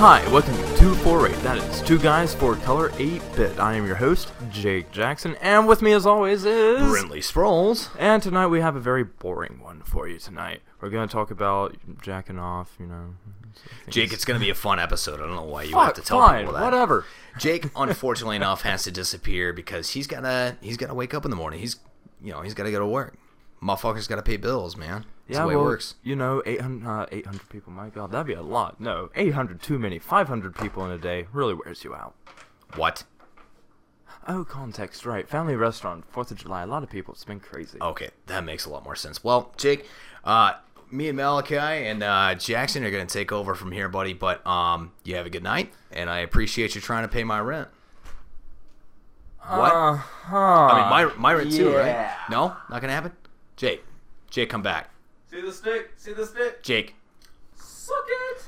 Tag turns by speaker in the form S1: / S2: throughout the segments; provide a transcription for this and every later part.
S1: Hi, welcome to 248. That is Two Guys, Four Color, 8 Bit. I am your host, Jake Jackson, and with me as always is.
S2: Brinley Sproles.
S1: And tonight we have a very boring one for you tonight. We're going to talk about jacking off, you know. things.
S2: Jake, it's going to be a fun episode. I don't know why you have
S1: Fuck,
S2: to tell
S1: fine,
S2: people that.
S1: whatever.
S2: Jake, unfortunately enough, has to disappear because he's gotta he's gotta wake up in the morning. He's you know he's gotta go to work. Motherfucker's gotta pay bills, man. That's
S1: Yeah,
S2: the way
S1: well,
S2: it works.
S1: you know, 800, uh, 800 people. My God, that'd be a lot. No, 800 too many. 500 people in a day really wears you out.
S2: What?
S1: Oh, context, right. Family restaurant, 4th of July. A lot of people. It's been crazy.
S2: Okay, that makes a lot more sense. Well, Jake, uh, me and Malachi and uh, Jackson are gonna take over from here, buddy. But um, you have a good night, and I appreciate you trying to pay my rent. What?
S1: Uh-huh.
S2: I mean, my my rent too, right?
S1: yeah.
S2: No, not gonna happen. Jake, Jake, come back.
S1: See the stick? See the stick?
S2: Jake,
S1: Suck it!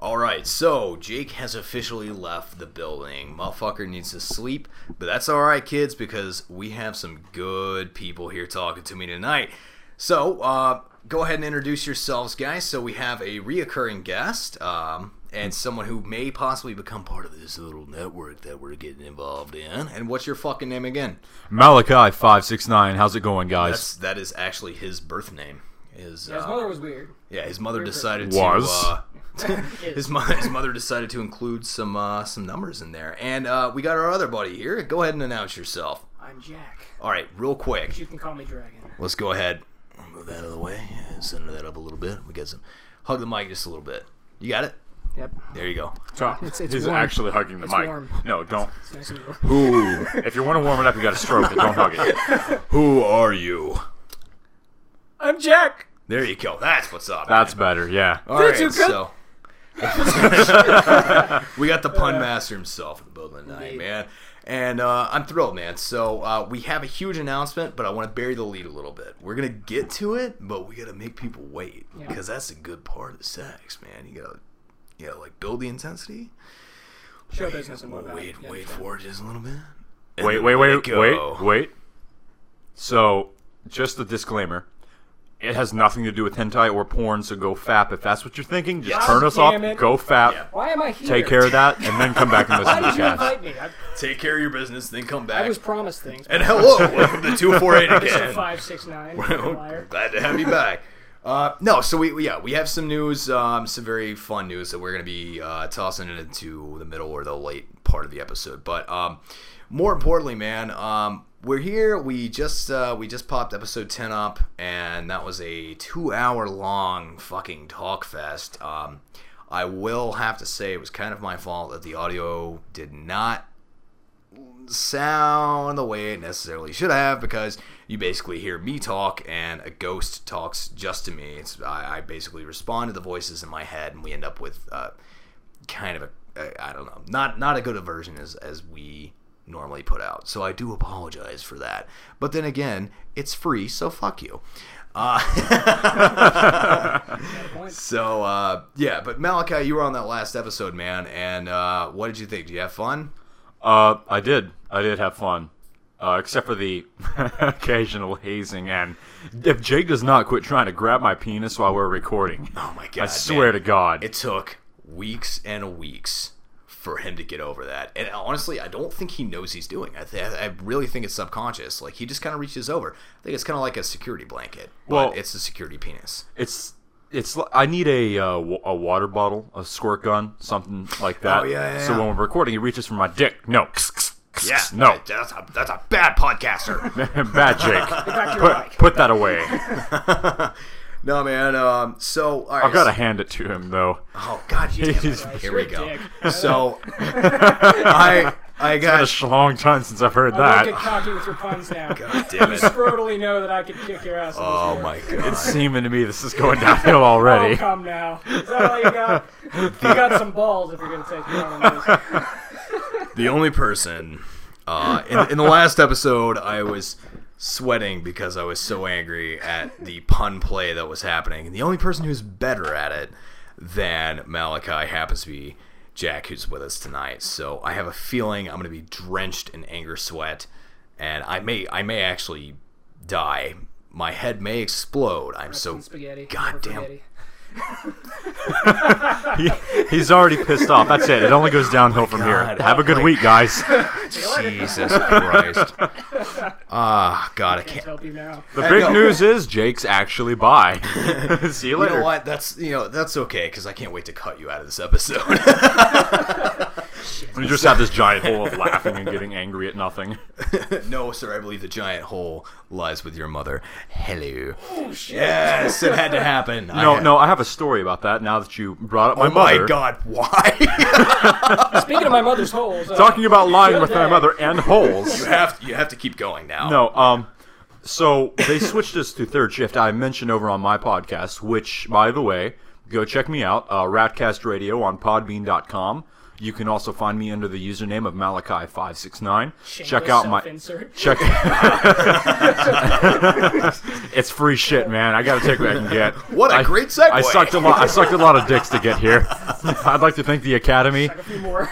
S2: All right, so Jake has officially left the building. Motherfucker needs to sleep, but that's all right, kids, because we have some good people here talking to me tonight. So uh, go ahead and introduce yourselves, guys. So we have a reoccurring guest um, and someone who may possibly become part of this little network that we're getting involved in. And what's your fucking name again?
S3: Malachi five six nine. How's it going,
S2: That's
S3: guys?
S2: that is actually his birth name. His,
S4: His
S2: uh,
S4: mother was weird.
S2: Yeah, his mother decided
S3: Was.
S2: to. Uh, his mother, his mother decided to include some uh, some numbers in there, and uh, we got our other buddy here. Go ahead and announce yourself.
S4: I'm Jack.
S2: All right, real quick,
S4: You can call me Dragon.
S2: let's go ahead. Move that out of the way. Center that up a little bit. We got some. Hug the mic just a little bit. You got it.
S4: Yep.
S2: There you go.
S4: It's- it's
S3: He's
S4: warm.
S3: actually hugging the
S4: It's
S3: mic.
S4: warm.
S3: No, don't.
S4: It's nice and warm.
S3: Ooh. if you want to warm it up, you got to stroke it. Don't hug it.
S2: Who are you?
S4: I'm Jack.
S2: There you go. That's what's up.
S3: That's better. Yeah.
S2: All right,
S4: you good?
S2: so we got the pun master himself in the building tonight,
S4: Indeed.
S2: man. And uh, I'm thrilled, man. So uh, we have a huge announcement, but I want to bury the lead a little bit. We're gonna get to it, but we gotta make people wait
S4: Yeah.
S2: because that's a good part of the sex, man. You gotta, you gotta like build the intensity.
S4: Show business and whatnot.
S2: Wait,
S4: Yeah,
S2: wait
S4: Jack.
S2: for it just a little bit. And
S3: Wait,
S2: then
S3: wait,
S2: let it
S3: wait,
S2: go.
S3: wait, wait. So, just a disclaimer. It has nothing to do with hentai or porn, so go fap if that's what you're thinking. Just
S2: Yes.
S3: turn us
S4: God
S3: off.
S4: damn it.
S3: Go fap.
S2: Yep.
S4: Why am I here?
S3: Take care of that, and then come back and
S4: Why
S3: listen to
S4: did
S3: the
S4: you
S3: cast.
S4: invite me? I,
S2: Take care of your business, then come
S4: I
S2: back.
S4: was promised things.
S2: And hello, welcome to two four eight
S4: Episode
S2: again.
S4: five, six, nine.
S2: Well,
S4: liar.
S2: Glad to have you back. Uh, no, so we we- yeah we have some news, um, some very fun news that we're gonna be uh, tossing it into the middle or the late part of the episode. But um, more importantly, man, um, we're here. We just uh, we just popped episode ten up, and that was a two hour long fucking talk fest. Um, I will have to say it was kind of my fault that the audio did not sound the way it necessarily should have because you basically hear me talk and a ghost talks just to me. It's I, I basically respond to the voices in my head and we end up with uh, kind of a a- I don't know not not a good a version as as we normally put out. So I do apologize for that. But then again, it's free, so fuck you. Uh, so uh, yeah, but Malachi, you were on that last episode, man, and uh, what did you think? Did you have fun?
S3: Uh, I did. I did have fun. Uh, except for the occasional hazing, and if Jake does not quit trying to grab my penis while we're recording,
S2: Oh my god!
S3: I swear
S2: man.
S3: to God.
S2: It took weeks and weeks for him to get over that. And honestly, I don't think he knows he's doing. it. I, th- I really think it's subconscious. Like he just kind of reaches over. I think it's kind of like a security blanket.
S3: Well-
S2: but it's a security penis.
S3: it's it's li- I need a uh, w- a water bottle, a squirt gun, something like that.
S2: Oh, yeah, yeah,
S3: so
S2: yeah.
S3: when we're recording, he reaches for my dick. No.
S2: Yeah,
S3: No.
S2: that's a, that's a bad podcaster.
S3: Bad Jake.
S4: Back to your
S3: put,
S4: mic.
S3: put that away.
S2: no, man. Um, so all right,
S3: I've got to hand it to him though.
S2: Oh God, you damn
S3: He's-
S2: it. here we
S4: You're a
S2: go.
S4: dick.
S2: So I I
S3: Been
S2: got
S3: a long time since I've heard
S4: Don't get
S3: that.
S4: cocky with your puns now.
S2: God damn
S4: You
S2: it.
S4: scrotally know that I could kick your ass. in this
S2: Oh
S4: room.
S2: my God.
S3: It's seeming to me this is going downhill
S4: Oh,
S3: already.
S4: come now. Is that all you got? You got some balls if you're going to take me on on this.
S2: the only person uh, in, in the last episode i was sweating because i was so angry at the pun play that was happening and the only person who's better at it than malachi happens to be jack who's with us tonight so i have a feeling i'm going to be drenched in anger sweat and i may i may actually die my head may explode i'm so
S4: Some spaghetti.
S2: goddamn
S4: Spaghetti.
S3: He, he's already pissed off. That's it. It only goes downhill from here.
S2: God.
S3: Have a good
S2: Like-
S3: week, guys.
S2: Jesus Christ. Ah, God, I can't.
S4: help you now.
S3: The
S2: I
S3: big
S2: know.
S3: news is Jake's actually by. See you
S2: You
S3: later.
S2: know what? That's you know that's okay because I can't wait to cut you out of this episode.
S3: We just have this giant hole of laughing and getting angry at nothing.
S2: no, sir. I believe the giant hole lies with your mother. Hello. Oh shit. Yes, it had to happen.
S3: No, no, I have a story about that now that you brought up my
S2: Oh
S3: mother.
S2: my God! Why?
S4: Speaking of my mother's holes, uh,
S3: Talking about lying with my mother and holes.
S2: you have you have to keep going now.
S3: No, um, so they switched us to third shift. I mentioned over on my podcast, which, by the way, go check me out, uh, Ratcast Radio on podbean.com. You can also find me under the username of Malachi569. Check out my.
S4: Insert.
S3: Check. it's free shit, man. I gotta take what I can get.
S2: What a
S3: I-
S2: great segue.
S3: I sucked a lot. I sucked a lot of dicks to get here. I'd like to thank the Academy.
S4: A few more.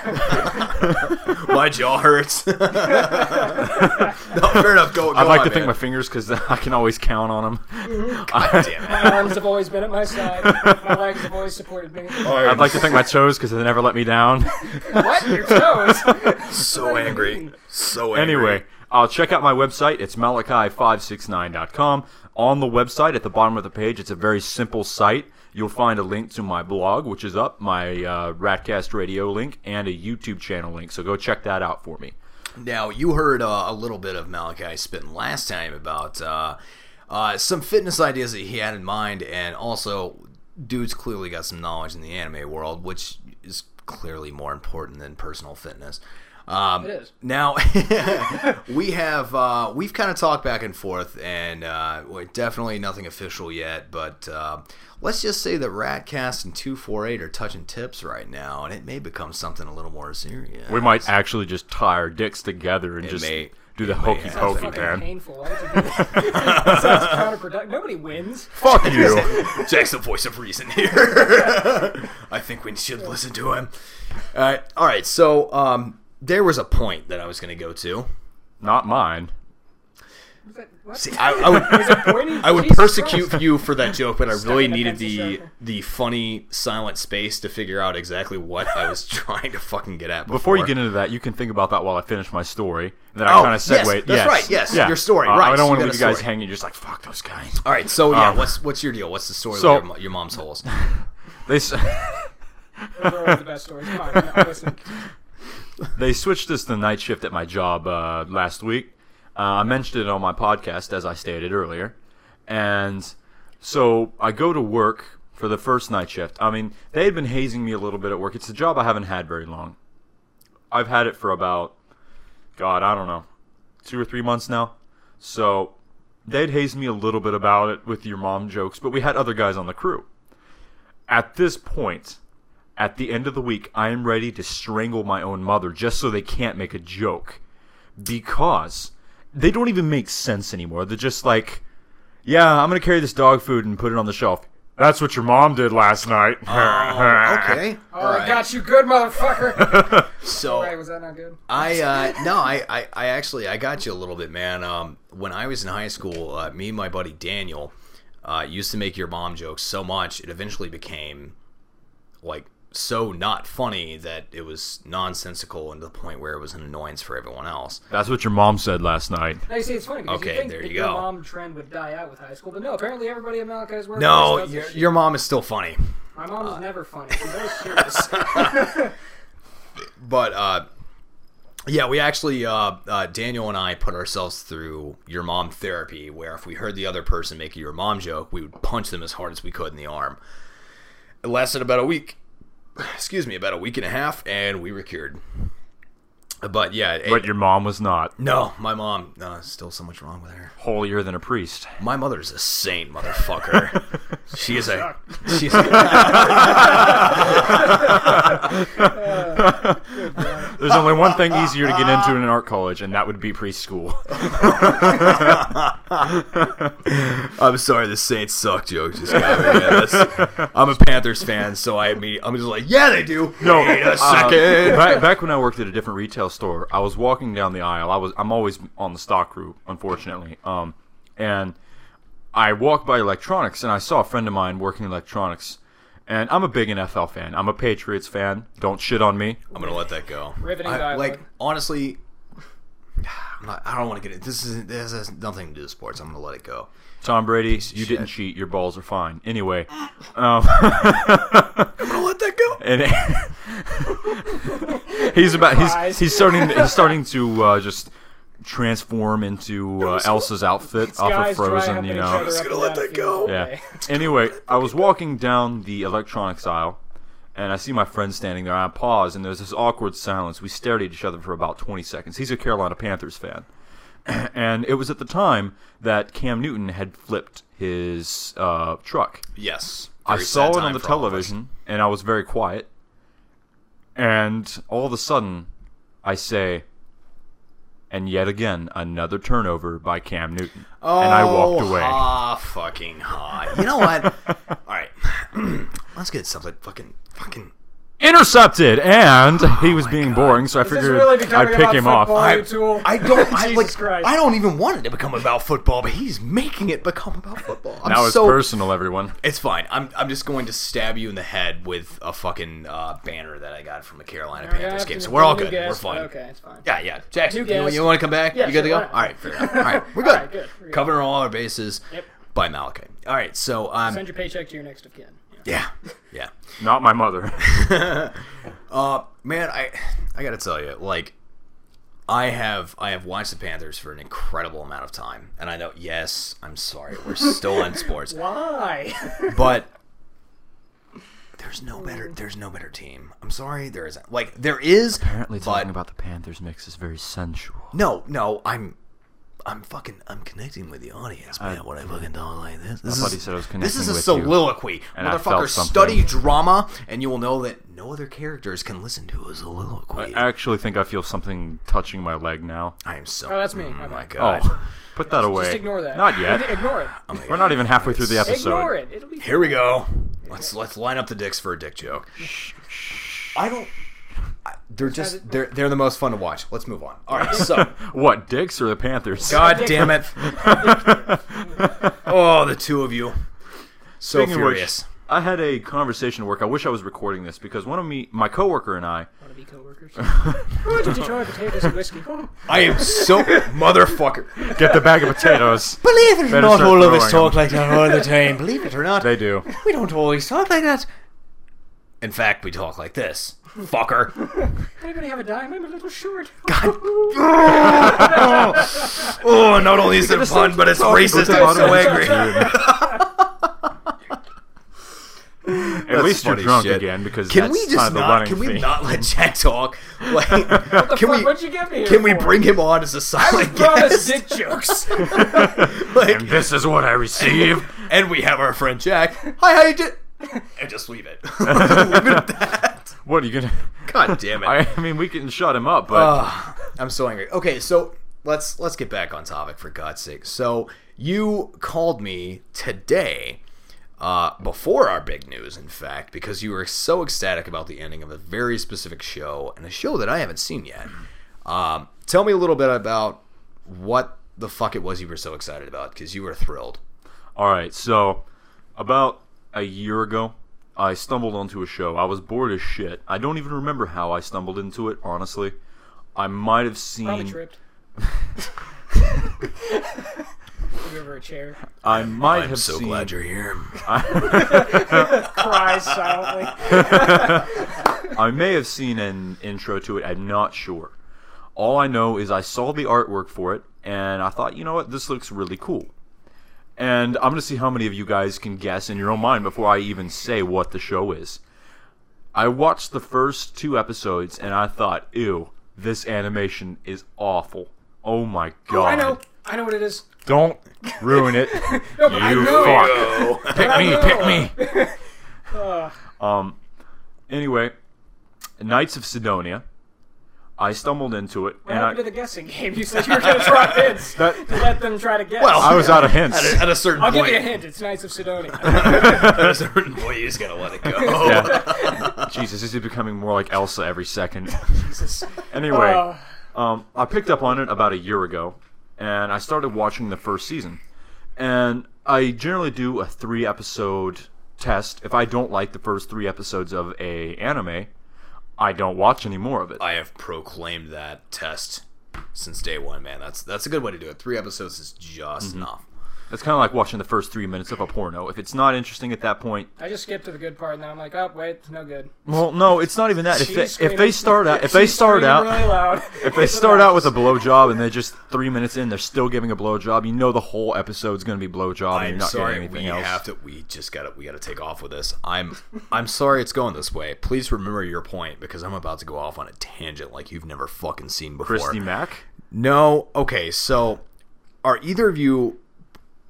S2: my jaw hurts. no, fair enough. Go. go
S3: I'd like
S2: on,
S3: to thank my
S2: man.
S3: fingers because I can always count on them.
S2: Damn it.
S4: My arms have always been at my side. My legs have always supported me.
S3: I'd like to thank my toes because they never let me down.
S4: What? Your toes?
S2: So angry. So angry.
S3: Anyway, uh, check out my website. It's malachi569.com. On the website, at the bottom of the page, it's a very simple site. You'll find a link to my blog, which is up, my uh, Ratcast Radio link, and a YouTube channel link. So go check that out for me.
S2: Now you heard uh, a little bit of Malachi spitting last time about uh, uh, some fitness ideas that he had in mind, and also dude's clearly got some knowledge in the anime world, which is clearly more important than personal fitness. Um,
S4: It is.
S2: Now we have uh, we've kind of talked back and forth, and uh, we're definitely nothing official yet. But uh, let's just say that Ratcast and two four eight are touching tips right now, and it may become something a little more serious.
S3: We might actually just tie our dicks together and just
S2: may-
S3: do the
S2: it may
S3: hokey
S2: happen.
S3: pokey,
S4: fucking
S3: man.
S4: painful. Why would you do that? Sounds counterproductive. Nobody wins.
S3: Fuck you.
S2: Jack's the voice of reason here. I think we should listen to him. All right, all right. So um, there was a point that I was going to go to.
S3: Not mine.
S4: Is that- what?
S2: See, I, I would,
S4: Pointing?
S2: I would
S4: Jesus
S2: persecute
S4: Christ.
S2: you for that joke, but I really
S4: in the
S2: needed
S4: pencil
S2: the
S4: circle.
S2: the funny silent space to figure out exactly what I was trying to fucking get at. Before,
S3: Before you get into that, you can think about that while I finish my story. And then I
S2: Oh,
S3: kind of
S2: yes,
S3: segue.
S2: that's right, yes, your story,
S3: Uh,
S2: right, so
S3: I don't
S2: you
S3: want
S2: got
S3: to
S2: a
S3: leave you guys
S2: story.
S3: hanging. You're just like fuck those guys.
S2: all right. So yeah,
S3: Um,
S2: what's what's your deal? What's the story
S3: so-
S2: with your, mo- your mom's holes? Um,
S3: They s-
S4: Those are always the best stories. Come on, no, listen.
S3: they switched us to night shift at my job uh, last week. Uh, I mentioned it on my podcast, as I stated earlier. And so I go to work for the first night shift. I mean, they had been hazing me a little bit at work. It's a job I haven't had very long. I've had it for about, God, I don't know, two or three months now. So they'd hazed me a little bit about it with your mom jokes, but we had other guys on the crew. At this point, at the end of the week, I am ready to strangle my own mother just so they can't make a joke. Because they don't even make sense anymore. They're just like, yeah, I'm going to carry this dog food and put it on the shelf. That's what your mom did last night.
S2: okay.
S4: Oh, I got you good, motherfucker.
S2: So
S4: Right, was that not good?
S2: I uh, no, I, I, I actually I got you a little bit, man. Um, when I was in high school, uh, me and my buddy Daniel uh, used to make your mom jokes so much it eventually became like so not funny that it was nonsensical and to the point where it was an annoyance for everyone else.
S3: That's what your mom said last night.
S4: No, you see, it's funny because
S2: Okay,
S4: you think
S2: there
S4: that
S2: you
S4: your
S2: go.
S4: mom trend would die out with high school, but no, apparently everybody in Malachi's work.
S2: No, uh,
S4: does this
S2: your,
S4: shit.
S2: your mom is still funny,
S4: my mom is never funny. She's always serious.
S2: but uh, yeah, we actually uh, uh, Daniel and I put ourselves through your mom therapy, where if we heard the other person make a your mom joke, we would punch them as hard as we could in the arm. It lasted about a week. Excuse me, about a week and a half, and we were cured. But yeah, it-
S3: But your mom was not
S2: no, my mom, uh, still so much wrong with her.
S3: holier than a priest.
S2: My mother's a saint, motherfucker. she is a. She's
S3: There's only one thing easier to get into in an art college, and that would be preschool.
S2: I'm sorry, the Saints suck joke just got me. Yeah, that's- I'm a Panthers fan, so I imme- I'm just like, yeah, they do.
S3: No,
S2: Wait a
S3: uh,
S2: second.
S3: back, back when I worked at a different retail store, I was walking down the aisle. I was I'm always on the stock route, unfortunately. Um, and I walked by electronics, and I saw a friend of mine working in electronics, And I'm a big NFL fan. I'm a Patriots fan. Don't shit on me.
S2: I'm gonna let that go.
S4: Riveting
S2: I,
S4: dialogue.
S2: like honestly, I'm not, I don't want to get it. This is this has nothing to do with sports. I'm gonna let it go.
S3: Tom Brady, you
S2: of
S3: didn't
S2: shit.
S3: cheat. Your balls are fine. Anyway, um,
S2: I'm gonna let that go.
S3: and he's about he's
S4: Surprise.
S3: he's starting he's starting to uh, just transform into uh, Elsa's outfit off of
S4: guys dry
S3: Frozen.
S4: humping
S3: You
S4: each
S3: know,
S4: other
S2: Just
S4: up
S2: gonna
S4: and
S2: let
S4: down
S2: that
S4: a
S2: go.
S4: few-
S3: Yeah.
S4: Okay.
S3: Anyway, I was walking down the electronics aisle, and I see my friend standing there. And I pause, and there's this awkward silence. We stared at each other for about 20 seconds. He's a Carolina Panthers fan, and it was at the time that Cam Newton had flipped his uh, truck.
S2: Yes,
S3: I
S2: Very
S3: saw
S2: sad
S3: it on
S2: time
S3: the
S2: for all of us.
S3: television, and I was very quiet. And all of a sudden, I say, and yet again, another turnover by Cam Newton. and I walked
S4: Oh,
S3: away.
S2: Ah, fucking hot. You know what? All right, let's get something fucking fucking.
S3: intercepted, and
S4: Oh
S3: he was being boring, so I
S4: this
S3: figured
S4: really
S3: I'd
S4: becoming
S3: pick
S4: about
S3: him
S4: football?
S3: off.
S4: you, tool?
S2: I don't. I,
S4: Jesus
S2: like,
S4: Christ.
S2: I don't even want it to become about football, but he's making it become about football. I'm
S3: Now it's
S2: so,
S3: personal, everyone.
S2: It's fine. I'm, I'm just going to stab you in the head with a fucking uh, banner that I got from the Carolina
S4: Yeah,
S2: Panthers game.
S4: after
S2: So
S4: the
S2: we're all
S4: new
S2: good.
S4: gas-
S2: we're fine.
S4: Okay, it's fine.
S2: Yeah, yeah. Jackson,
S4: New
S2: you,
S4: guest.
S2: want to come back?
S4: Yeah,
S2: you good to go?
S4: sure, why not?
S2: All right, fair enough. All right, we're good.
S4: right, good, we're good.
S2: Covering all our bases
S4: Yep.
S2: by Malachi. All right, so um,
S4: Send your paycheck to your next of kin.
S2: yeah, yeah.
S3: Not my mother.
S2: Uh, man i i gotta tell you like i have i have watched the panthers for an incredible amount of time and i know yes i'm sorry we're still on sports
S4: Why?
S2: but there's no better there's no better team i'm sorry there isn't like there is
S3: Apparently,
S2: talking
S3: talking
S2: about
S3: about the Panthers mix is very sensual.
S2: no no i'm I'm fucking. I'm connecting with the audience, man. What I fucking don't like this. This
S3: thought
S2: is,
S3: he said I was
S2: this is
S3: connecting
S2: a
S3: with you,
S2: soliloquy,
S3: and I felt
S2: motherfucker.
S3: something.
S2: Study drama, and you will know that no other characters can listen to a soliloquy.
S3: I actually think I feel something touching my leg now.
S2: I am so.
S4: Oh, that's me. My
S2: Oh my
S4: bad.
S2: god. Oh
S3: Oh, put that away.
S4: Just ignore that.
S3: Not yet.
S4: Ignore it.
S3: We're not even halfway through the episode.
S4: Ignore it. It'll be
S2: Here we go. Let's let's line up the dicks for a dick joke. I don't. I, they're just they're they're the most fun to watch. Let's move on. All right. So
S3: What dicks or the Panthers?
S2: God damn it. Oh, the two of you. So
S3: Speaking of which,
S2: furious.
S3: I had a conversation at work. I wish I was recording this because one of me, my coworker and I,
S4: Want to be coworkers? oh, did you try potatoes and whiskey? Oh,
S2: I am so motherfucker.
S3: get the bag of potatoes.
S2: Believe it or
S3: Better
S2: not,
S3: start
S2: all of us
S3: throwing 'em.
S2: talk like that all the time. Believe it or not,
S3: They do.
S2: we don't always talk like that. In fact, we talk like this, fucker.
S4: anybody have a dime? I'm a little short.
S2: Oh, not only is it fun, but it's racist. I'm so angry.
S3: At least you're
S2: funny
S3: drunk
S2: shit.
S3: again because
S2: Can
S3: that's
S2: we
S3: kind
S2: just
S3: of the
S2: not?
S3: running
S2: Can we
S3: theme.
S2: not let Jack talk? Like, can
S4: Fuck,
S2: we?
S4: what'd you give me? here
S2: Can we
S4: for?
S2: bring him on as a silent
S4: Promise
S2: guest?
S4: dick jokes.
S2: Like,
S3: And this is what I receive.
S2: and we have our friend Jack. Hi, how you do? And just leave it. leave it at that.
S3: what are you gonna?
S2: God damn it!
S3: I, I mean, we can shut him up, but
S2: Ah, I'm so angry. Okay, so let's let's get back on topic for God's sake. So you called me today. Uh, before our big news, in fact, because you were so ecstatic about the ending of a very specific show and a show that I haven't seen yet. Um, tell me a little bit about what the fuck it was you were so excited about because you were thrilled.
S3: all right. So, about a year ago, I stumbled onto a show. I was bored as shit. I don't even remember how I stumbled into it. Honestly, I might have
S4: Probably
S3: seen.
S4: tripped. Give her a chair.
S3: I might
S2: I'm
S3: have
S2: so
S3: seen.
S2: glad you're here.
S4: Cries silently.
S3: I may have seen an intro to it. I'm not sure. All I know is I saw the artwork for it, and I thought, you know what, this looks really cool. And I'm gonna see how many of you guys can guess in your own mind before I even say what the show is. I watched the first two episodes, and I thought, ew, this animation is awful. Oh my god!
S4: I know. I know what it is.
S3: Don't ruin it.
S4: No, but I
S3: you
S4: know.
S3: fuck. Pick
S4: I
S3: me,
S4: know.
S3: pick me. Anyway, Knights of Sidonia. I stumbled into it,
S4: What
S3: and I,
S4: happened to the guessing game? You said you were going to try hints.
S3: That-
S4: to let them try to guess.
S2: Well,
S3: I was out of hints.
S2: At a, at a certain
S4: I'll
S2: point,
S4: give you a hint. It's Knights of Sidonia.
S2: at a certain point, you just gotta let it go.
S3: Yeah. Jesus, this is becoming more like Elsa every second.
S4: Jesus.
S3: Anyway,
S4: Uh,
S3: um, I picked up on it about a year ago, and I started watching the first season. And I generally do a three episode test. If I don't like the first three episodes of a anime, I don't watch any more of it.
S2: I have proclaimed that test since day one, man. That's that's a good way to do it. Three episodes is just
S3: Mm-hmm.
S2: enough.
S3: It's kind of like watching the first three minutes of a porno. If it's not interesting at that point,
S4: I just skipped to the good part, and then I'm like, oh wait, it's no good.
S3: well, no, it's not even that. If
S4: She's
S3: they, if they
S4: screaming-
S3: start out, if they
S4: she's
S3: start
S4: screaming
S3: out,
S4: really loud.
S3: if they start out with a blowjob and they're just three minutes in, they're still giving a blowjob. You know the whole episode's going to be blowjob, and you're
S2: I'm
S3: not
S2: sorry,
S3: getting anything
S2: we
S3: else.
S2: have to. We just got to. We got to take off with this. I'm. I'm sorry it's going this way. Please remember your point because I'm about to go off on a tangent like you've never fucking seen before.
S3: Christy Mack.
S2: No. Okay. So, are either of you?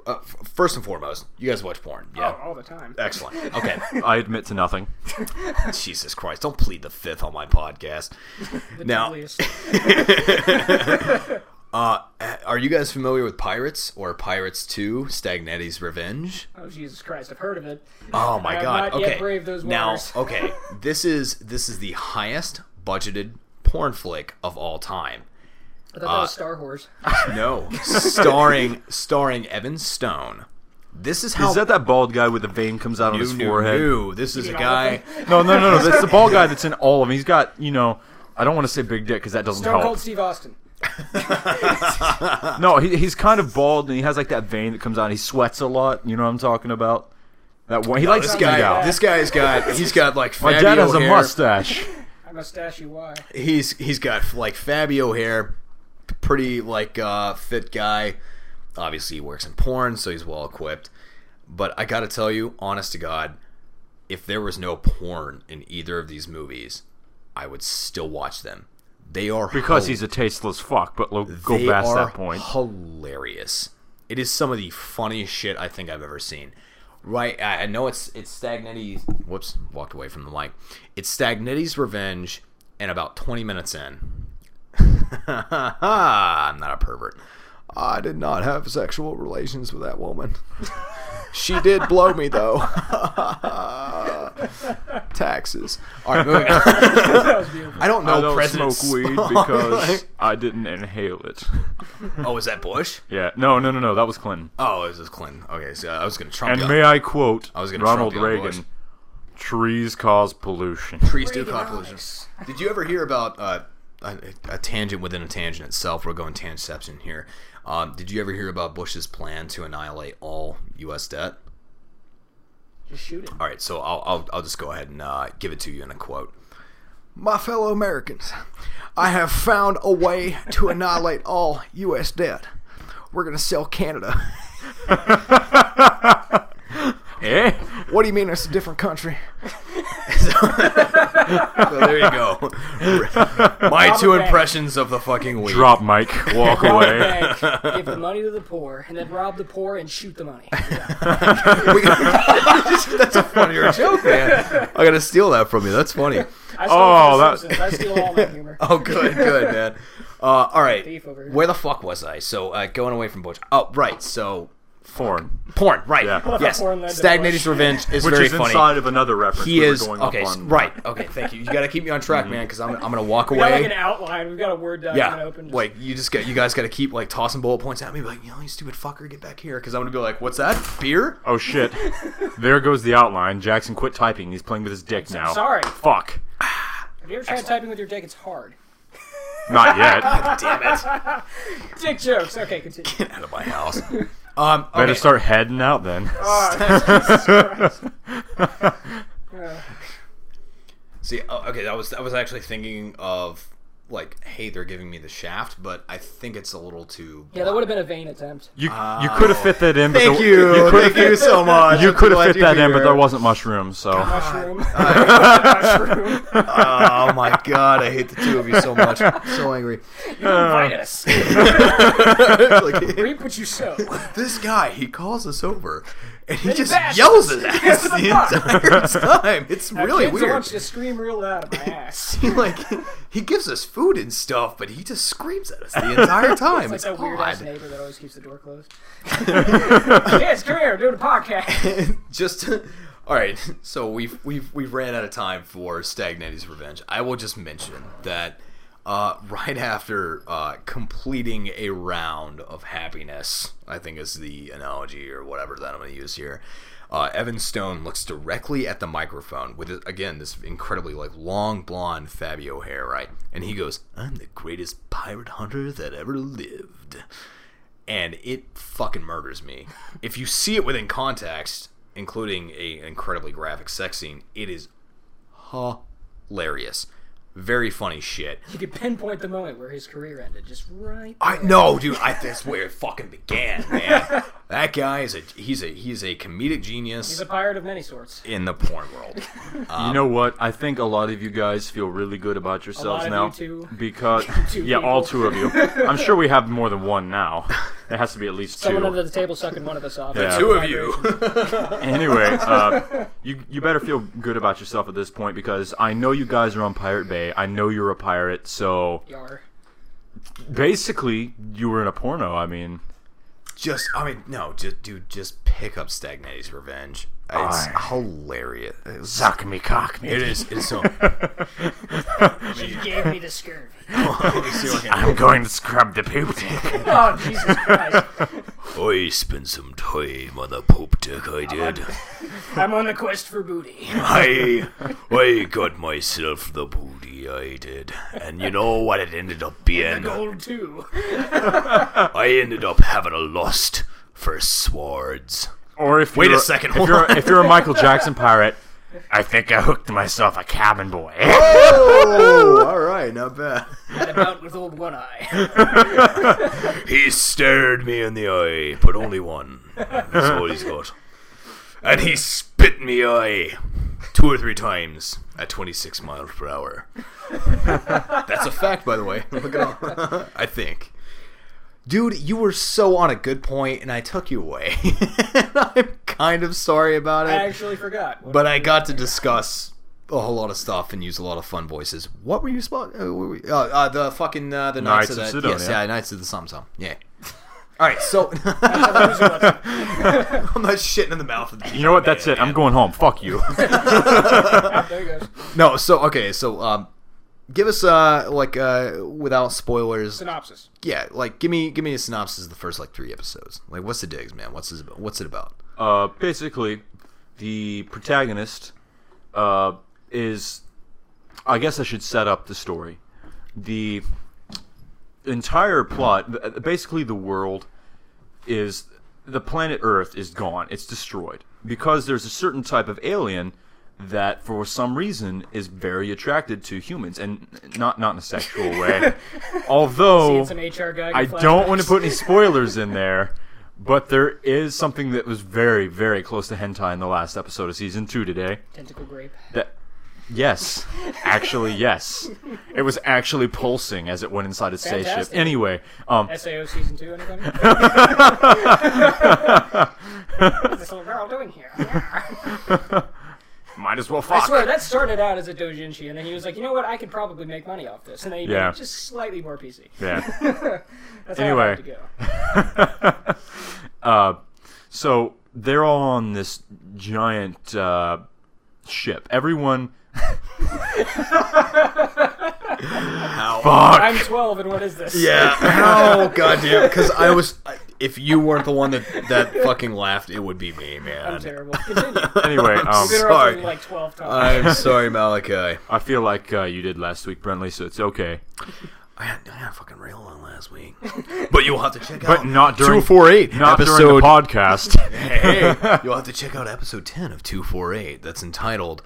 S2: Uh, f- first and foremost, you guys watch porn. Yeah.
S4: Oh, all the time.
S2: Excellent. Okay.
S3: I admit to nothing.
S2: Jesus Christ! Don't plead the fifth on my podcast.
S4: The
S2: now-
S4: deadliest.
S2: Are you guys familiar with Pirates or Pirates Two: Stagnetti's Revenge?
S4: Oh Jesus Christ! I've heard of it.
S2: Oh my
S4: I have
S2: God!
S4: not
S2: okay.
S4: yet braved those
S2: now,
S4: waters.
S2: okay. This is this is the highest budgeted porn flick of all time.
S4: I thought that
S3: Uh,
S4: was Star Wars.
S2: No, starring starring Evan Stone. This is how
S3: Is that that bald guy with the vein comes out on his
S2: new, new,
S3: forehead?
S2: new. This is a
S4: know
S2: guy.
S3: No, no, no, no. That's the bald guy that's in all of them. He's got, you know, I don't want to say big dick because that doesn't
S4: Stone
S3: help.
S4: Cold Steve Austin.
S3: No, he, he's kind of bald and he has like that vein that comes out. He sweats a lot. You know what I'm talking about? That one. He likes
S2: This
S3: to get
S2: guy.
S3: out.
S2: This guy's got. He's got like.
S3: My dad
S2: Fabio
S3: has a
S2: hair.
S3: mustache.
S4: I mustache you why?
S2: He's he's got like Fabio hair. Pretty like uh, fit guy. Obviously, he works in porn, so he's well equipped. But I gotta tell you, honest to God, if there was no porn in either of these movies, I would still watch them. They are
S3: Because
S2: hilarious.
S3: he's a tasteless fuck, but lo- go
S2: Oh. they
S3: past
S2: are
S3: that point.
S2: hilarious. It is some of the funniest shit I think I've ever seen. Right, I I know it's it's Stagnetti's. Whoops, walked away from the mic. It's Stagnetti's revenge, and about twenty minutes in, I'm not a pervert. I did not have sexual relations with that woman. she did blow me though. Taxes. All right, moving on.
S4: That was beautiful.
S2: I don't know.
S3: I don't
S2: President
S3: smoke weed
S2: Smoke.
S3: because I didn't inhale it.
S2: oh, is that Bush?
S3: Yeah, no, no, no, no. That was Clinton.
S2: Oh, it was just Clinton. Okay, so I was gonna Trump.
S3: And
S2: you.
S3: may I quote
S2: I was gonna
S3: Ronald
S2: Trump you on
S3: Reagan?
S2: Bush.
S3: Trees cause pollution.
S2: Trees do cause pollution. Did you ever hear about uh, a, a tangent within a tangent itself? We're going tangentception here. Um, did you ever hear about Bush's plan to annihilate all U.S. debt?
S4: Just shoot it.
S2: All right, so I'll, I'll, I'll just go ahead and uh, give it to you in a quote. My fellow Americans, I have found a way to annihilate all U.S. debt. We're going to sell Canada.
S3: eh?
S2: What do you mean it's a different country? so there you go. My two
S4: a bank.
S2: impressions of the fucking week.
S3: Drop mic. Walk away.
S4: Rob the bank, give the money to the poor, and then rob the poor and shoot the money.
S2: We- That's a funnier joke, man. I gotta steal that from you. That's funny.
S4: I stole
S3: Oh,
S4: oh,
S3: that-
S4: that... I steal all my humor.
S2: Oh, good, good, man. Uh, all right,
S4: Thief over here.
S2: where the fuck was I? So uh, going away from Bush. Oh, right. So
S3: Foreign.
S2: porn, right?
S3: Yeah.
S2: Yes.
S4: Porn landed
S2: Stagnated
S4: Bush.
S2: revenge is
S3: Which
S2: very
S3: is
S2: funny.
S3: inside of another reference.
S2: he
S3: we were
S2: is
S3: going
S2: okay.
S3: Up
S2: s-
S3: on. Mhm.
S2: Right. Okay. Thank you. You gotta keep me on track, man, because I'm I'm gonna walk
S4: We got
S2: away.
S4: like an outline. We've got a word document
S2: Yeah,
S4: open. Just,
S2: like you just got you guys got to keep like tossing bullet points at me, like you know, you stupid fucker, get back here, because I'm gonna be like, what's that? Beer?
S3: Oh shit. there goes the outline. Jackson quit typing. He's playing with his dick now.
S4: Sorry.
S3: Fuck.
S4: Have you ever tried typing with your dick? It's hard.
S3: Not yet.
S2: Damn it!
S4: Dick jokes. Okay, continue.
S2: Get out of my house. Um,
S3: Better
S2: okay.
S3: start heading out then.
S4: Uh,
S2: See, oh, okay, that was I was actually thinking of like, hey, they're giving me the shaft, but I think it's a little too.
S4: yeah, that would have been a vain attempt.
S3: You you could have fit that in. But
S2: Oh. Thank
S3: the-
S2: you,
S3: You could
S2: thank you so much.
S3: You
S2: I'm
S3: could have
S2: glad
S3: fit
S2: you're
S3: that in, but
S2: here.
S3: there wasn't mushroom, so
S4: Mushroom.
S2: Uh,
S4: Mushroom.
S2: Oh my god, I hate the two of you so much. so angry. uh,
S4: Invite us.
S2: Like,
S4: Reap what you sow.
S2: this guy, he calls us over, and he
S4: Hey,
S2: just
S4: bastards.
S2: yells at us
S4: What the
S2: the
S4: fuck?
S2: entire time. It's really
S4: Kids
S2: weird.
S4: want you to scream real loud at my ass.
S2: See, like he gives us food and stuff, but he just screams at us the entire time. It's,
S4: It's like that weird ass
S2: odd.
S4: neighbor that always keeps the door closed. yes, come here, doing a podcast.
S2: just all right. So we've we've we've ran out of time for Stagnetti's revenge. I will just mention that uh, right after uh, completing a round of happiness, I think is the analogy or whatever that I'm going to use here. Uh, Evan Stone looks directly at the microphone with again this incredibly like long blonde Fabio hair, right? And he goes, "I'm the greatest pirate hunter that ever lived," and it fucking murders me. If you see it within context, including a incredibly graphic sex scene, it is hilarious, very funny shit.
S4: You could pinpoint the moment where his career ended, just right.
S2: I no, dude. I, that's where it fucking began, man. that guy is a he's a he's a comedic
S4: He's
S2: genius
S4: a pirate of many sorts.
S2: in the porn world.
S3: you know what? I think a lot of you guys feel really good about yourselves
S4: of
S3: now
S4: you two.
S3: because
S4: two
S3: yeah, all
S4: people.
S3: two of you. I'm sure we have more than one now. There has to be at least
S4: Someone
S3: two.
S4: under the table sucking one of us off.
S3: Yeah.
S2: Two of you.
S3: anyway, uh, you you better feel good about yourself at this point because I know you guys are on Pirate Bay. I know you're a pirate, so
S4: Yar.
S3: basically you were in a porno. I mean,
S2: just I mean, no, just dude, just pick up Stagnetti's Revenge. It's
S3: Aye.
S2: hilarious. It's-
S3: suck me, cock me.
S2: It is. It's so.
S4: He gave me the scurvy.
S3: I'm going to scrub the poop.
S4: Oh Jesus Christ!
S2: I spent some time on the Pope deck. I did.
S4: I'm on a quest for booty.
S2: I I got myself the booty. I did, and you know what it ended up being.
S3: uh,
S4: Gold too.
S2: I ended up having a lust for swords.
S3: or if
S2: Wait a
S3: you're-
S2: second,
S3: if
S2: hold
S3: you're
S2: on.
S3: if you're a Michael Jackson pirate, I think I hooked myself a cabin boy.
S2: Oh, all right, not bad.
S4: And about with old one eye.
S2: He stared me in the eye, but only one. That's all he's got. And he spit me eye two or three times at 26 miles per hour. That's a fact, by the way. Look it up. I think. Dude, you were so on a good point, and I took you away. I'm kind of sorry about it.
S4: I actually forgot.
S2: But I got to discuss a whole lot of stuff and use a lot of fun voices. What were you spot? Uh, were we, uh, uh, the fucking uh, the Knights,
S3: Knights of
S2: of the
S3: Sidonia.
S2: yes, yeah, Knights of the Something. Something. Yeah. All right, so I'm not shitting in the mouth of the.
S3: You know what? That's it. I'm going home. Fuck you.
S4: there he goes.
S2: No, so okay, so um, give us uh like uh without spoilers.
S4: Synopsis.
S2: Yeah, like give me give me a synopsis of the first like three episodes. Like what's the digs, man? What's this about? What's it about?
S3: uh, basically, the protagonist uh, is. I guess I should set up the story. The entire plot, th- basically, the world is the planet Earth is gone. It's destroyed because there's a certain type of alien that, for some reason, is very attracted to humans, and not not in a sexual way. Although
S4: It's an HR guy.
S3: Oh, I don't want to put any spoilers in there, but there is something that was very, very close to hentai in the last episode of season two today.
S4: tentacle grape.
S3: That, yes, actually, yes, it was actually pulsing as it went inside its spaceship.
S4: Fantastic.
S3: Anyway, um,
S4: Sao season two. Anybody? What's this little girl doing here?
S3: might as well fuck.
S4: I swear that started out as a doujinshi, and then he was like, you know what? I could probably make money off this, and then he made
S3: Yeah.
S4: it just slightly more PC.
S3: Yeah.
S4: That's how
S3: Anyway.
S4: it had to go.
S3: Uh, So they're all on this giant uh, ship. Everyone.
S4: I'm 12, and what is this?
S2: Yeah. How goddamn? Because I was. If you weren't the one that that fucking laughed, it would be me, man.
S4: I'm terrible. Continue.
S3: Anyway, um,
S4: You've
S2: Sorry.
S4: interrupted me like 12 times.
S2: I'm sorry, Malachi.
S3: I feel like uh, you did last week, Brentley, so it's okay.
S2: I had, I had a fucking rail on last week. But you'll have to check out.
S3: But not during
S2: 248.
S3: not
S2: episode,
S3: during the podcast.
S2: hey, you'll have to check out episode 10 of 248 that's entitled.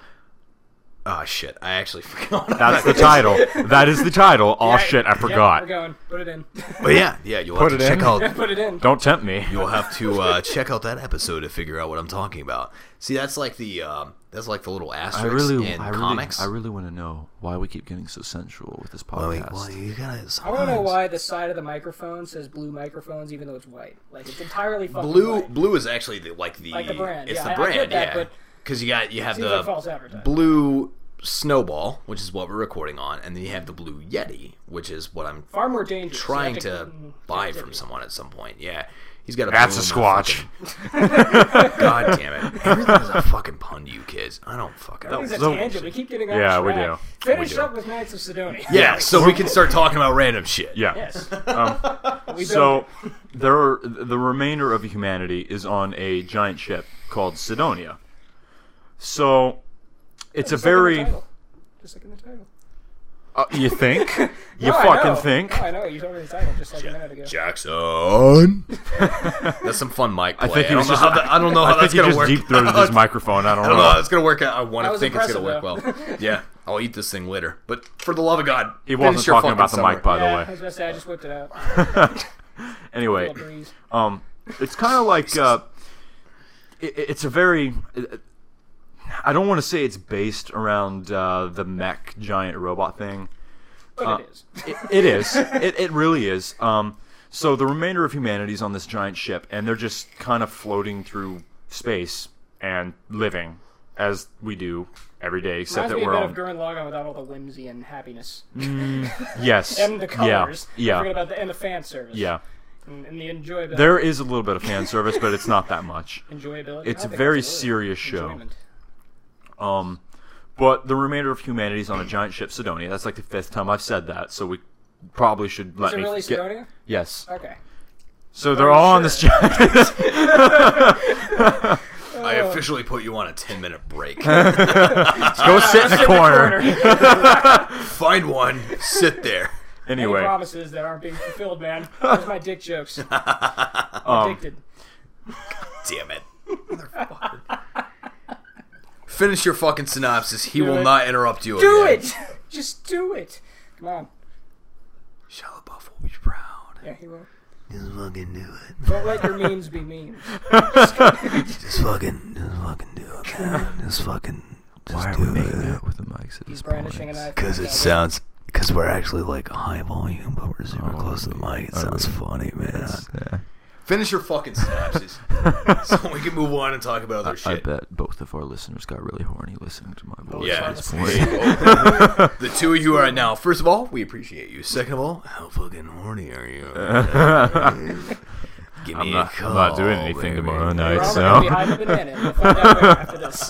S2: Ah, shit. I actually forgot.
S3: That's the title. That is the title. Oh shit, I
S4: Yep,
S3: forgot.
S4: we're going. Put it in.
S2: But yeah, yeah, you'll
S3: Put
S2: have
S3: it
S2: to check
S3: in.
S2: out.
S4: Put it in.
S3: Don't tempt me.
S2: You'll have to uh, check out that episode to figure out what I'm talking about. See, that's like the um, that's like the little asterisk in comics.
S3: want to know why we keep getting so sensual with this
S2: Well,
S3: podcast.
S2: you- well, you gotta.
S4: I want to know why the side of the microphone says blue microphones, even though it's white. Like it's entirely fucking
S2: Blue
S4: white.
S2: blue is actually the, like the
S4: Like the brand,
S2: It's
S4: yeah, I- I
S2: the brand,
S4: get that,
S2: yeah.
S4: but
S2: Because you got you have
S4: Seems
S2: the
S4: like false advertising.
S2: blue snowball, which is what we're recording on, and then you have the blue yeti, which is what I'm
S4: Far more dangerous. You
S2: trying
S4: have
S2: to
S4: mm,
S2: buy
S4: get
S2: from someone at some point. Yeah, he's got a.
S3: That's a
S2: blue
S3: squatch.
S2: motherfucking- God damn it! Everything's a fucking pun to you kids. I don't fucking.
S4: It's
S2: Know.
S4: a
S3: So-
S4: tangent. We keep getting off
S3: Yeah, we
S4: track.
S3: do.
S4: Finish
S2: We do.
S4: up with Knights of Sidonia.
S2: Yeah, so we can start talking about random shit.
S3: Yeah.
S4: Yes.
S3: Um, So there are, the remainder of humanity is on a giant ship called Sidonia. So it's a
S4: Just like in the
S3: very
S4: title. Just like in the title.
S3: uh, you think you
S4: No, I
S3: fucking
S4: know.
S3: think.
S4: No, I know. You told me the title just like a minute ago.
S2: Jackson. That's some fun mic play. I,
S3: think he
S2: don't,
S3: was
S2: know
S3: just-
S2: how that- I don't know how
S3: I think
S2: that's
S3: he
S2: gonna
S3: just
S2: work.
S3: deep throated his microphone. I don't
S2: I don't know how
S3: know.
S2: that's gonna work out. I want
S4: That
S2: to
S4: was
S2: think it's gonna work
S4: impressive,
S2: well. yeah, I'll eat this thing later. But for the love of God,
S3: He wasn't
S2: finish your
S3: talking
S2: fucking
S3: about the
S2: summer.
S3: mic, by
S4: yeah, I
S3: the
S4: was gonna say I just whipped it out.
S3: way. anyway,
S4: Little breeze.
S3: Um, it's kind of like uh, it, it's a very. I don't want to say it's based around uh, the mech giant robot thing.
S4: But
S3: uh,
S4: it is.
S3: It, it is. It, it really is. Um, so the remainder of humanity is on this giant ship, and they're just kind of floating through space and living as we do every day, except
S4: Reminds me
S3: that
S4: a
S3: we're
S4: bit
S3: on.
S4: of Gurren Lagann without all the whimsy and happiness
S3: yes.
S4: and the colors.
S3: Yeah.
S4: Forget
S3: Yeah.
S4: about the and the fan service.
S3: Yeah.
S4: And, and the enjoyability.
S3: There is a little bit of fan service, but it's not that much.
S4: enjoyability.
S3: It's
S4: I
S3: a
S4: think
S3: very
S4: that's word.
S3: serious show.
S4: Enjoyment.
S3: Um, but the remainder of humanity is on a giant ship, Sidonia. That's like the fifth time I've said that, so we probably should let
S4: Is it
S3: me
S4: really
S3: get-
S4: Sidonia?
S3: Yes.
S4: Okay.
S3: So they're all on this
S4: sure.
S3: giant.
S2: I officially put you on a ten minute break.
S3: Go sit in a corner.
S2: Find one, sit there.
S4: Any
S3: Anyway,
S4: promises that aren't being fulfilled, man. There's my dick jokes.
S3: um,
S4: I'm addicted.
S2: Damn it. Motherfucker. Finish your fucking synopsis. He
S4: Do
S2: will
S4: it.
S2: not interrupt you.
S4: Do
S2: again.
S4: it. Just do it. Come on.
S2: Shia LaBeouf will be proud.
S4: Yeah, he will.
S2: Just fucking do it.
S4: Don't let your memes be memes.
S2: Just fucking, just fucking do it, man. Just fucking, just
S3: with the mics at this
S4: He's brandishing a knife.
S2: Because
S4: Yeah,
S2: it sounds, because we're actually like high volume, but we're
S3: Oh,
S2: super close to the mic. It sounds funny, man.
S3: eh,
S2: Finish your fucking synopsis, so we can move on and talk about other shit.
S3: both of our listeners got really horny listening to my voice.
S2: Yeah. oh,
S4: this
S2: the two of you are now. First of all, we appreciate you. Second of all, how fucking horny are you? Give me
S3: I'm
S2: a
S3: not,
S2: call,
S3: I'm not doing anything
S2: baby.
S3: tomorrow
S4: We're
S3: night,
S4: all
S3: so.
S4: gonna be hiding the banana. We'll find out later after this.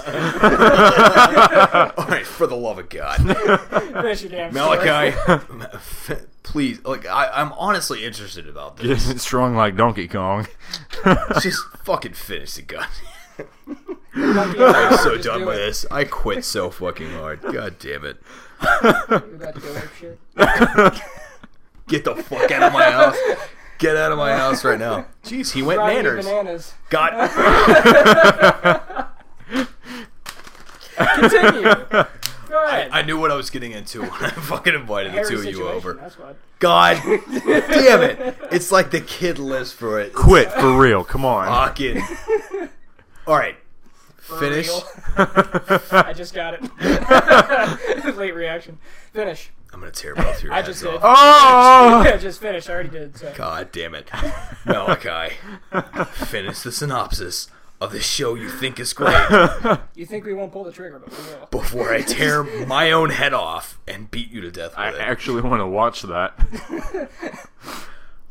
S2: All right, for the love of God.
S4: Finish your damn story.
S2: Malachi, please. Like, I, I'm honestly interested about this.
S3: Isn't strong like Donkey Kong.
S2: Just fucking finish the gun.
S4: Lucky I'm
S2: I'm so
S4: just
S2: done
S4: do
S2: with
S4: it.
S2: this. I quit so fucking hard. God damn it.
S4: You're about to go ape shit.
S2: Get the fuck out of my house. Get out of my house right now. Jeez, he went
S4: Fried
S2: nanners.
S4: bananas.
S2: God.
S4: Continue. Go ahead.
S2: I knew what I was getting into when I fucking invited the
S4: Hairy
S2: two of you
S4: situation,
S2: over.
S4: That's what.
S2: God damn it. It's like the kid lives for it. It's
S3: Quit, for real. Come on.
S2: Fucking. All right. Finish.
S4: real. I just got it. Late reaction. Finish.
S2: I'm going to tear both your
S4: I
S2: heads
S4: just did.
S2: off. Uh.
S3: Oh!
S4: Yeah, just finish. I already did. So.
S2: God damn it. Malachi, finish the synopsis of the show you think is great.
S4: You think we won't pull the trigger, but we will.
S2: before I tear my own head off and beat you to death
S3: I
S2: with it.
S3: actually want to watch that.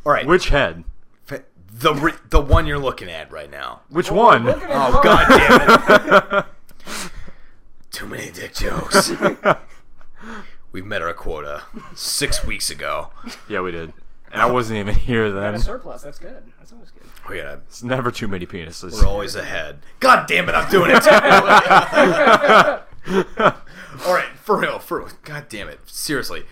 S2: All right,
S3: Which head?
S2: f- the re- the one you're looking at right now.
S3: Which one?
S4: Look at his
S2: Oh
S4: phone.
S2: god damn it! Too many dick jokes. We've met our quota six weeks ago.
S3: Yeah, we did. And I wasn't even here
S4: Got
S3: then.
S4: a surplus. That's good. That's always good.
S2: We gotta,
S3: It's never too many penises.
S2: we're always ahead. God damn it! I'm doing it. All right, for real, for real. God damn it! Seriously.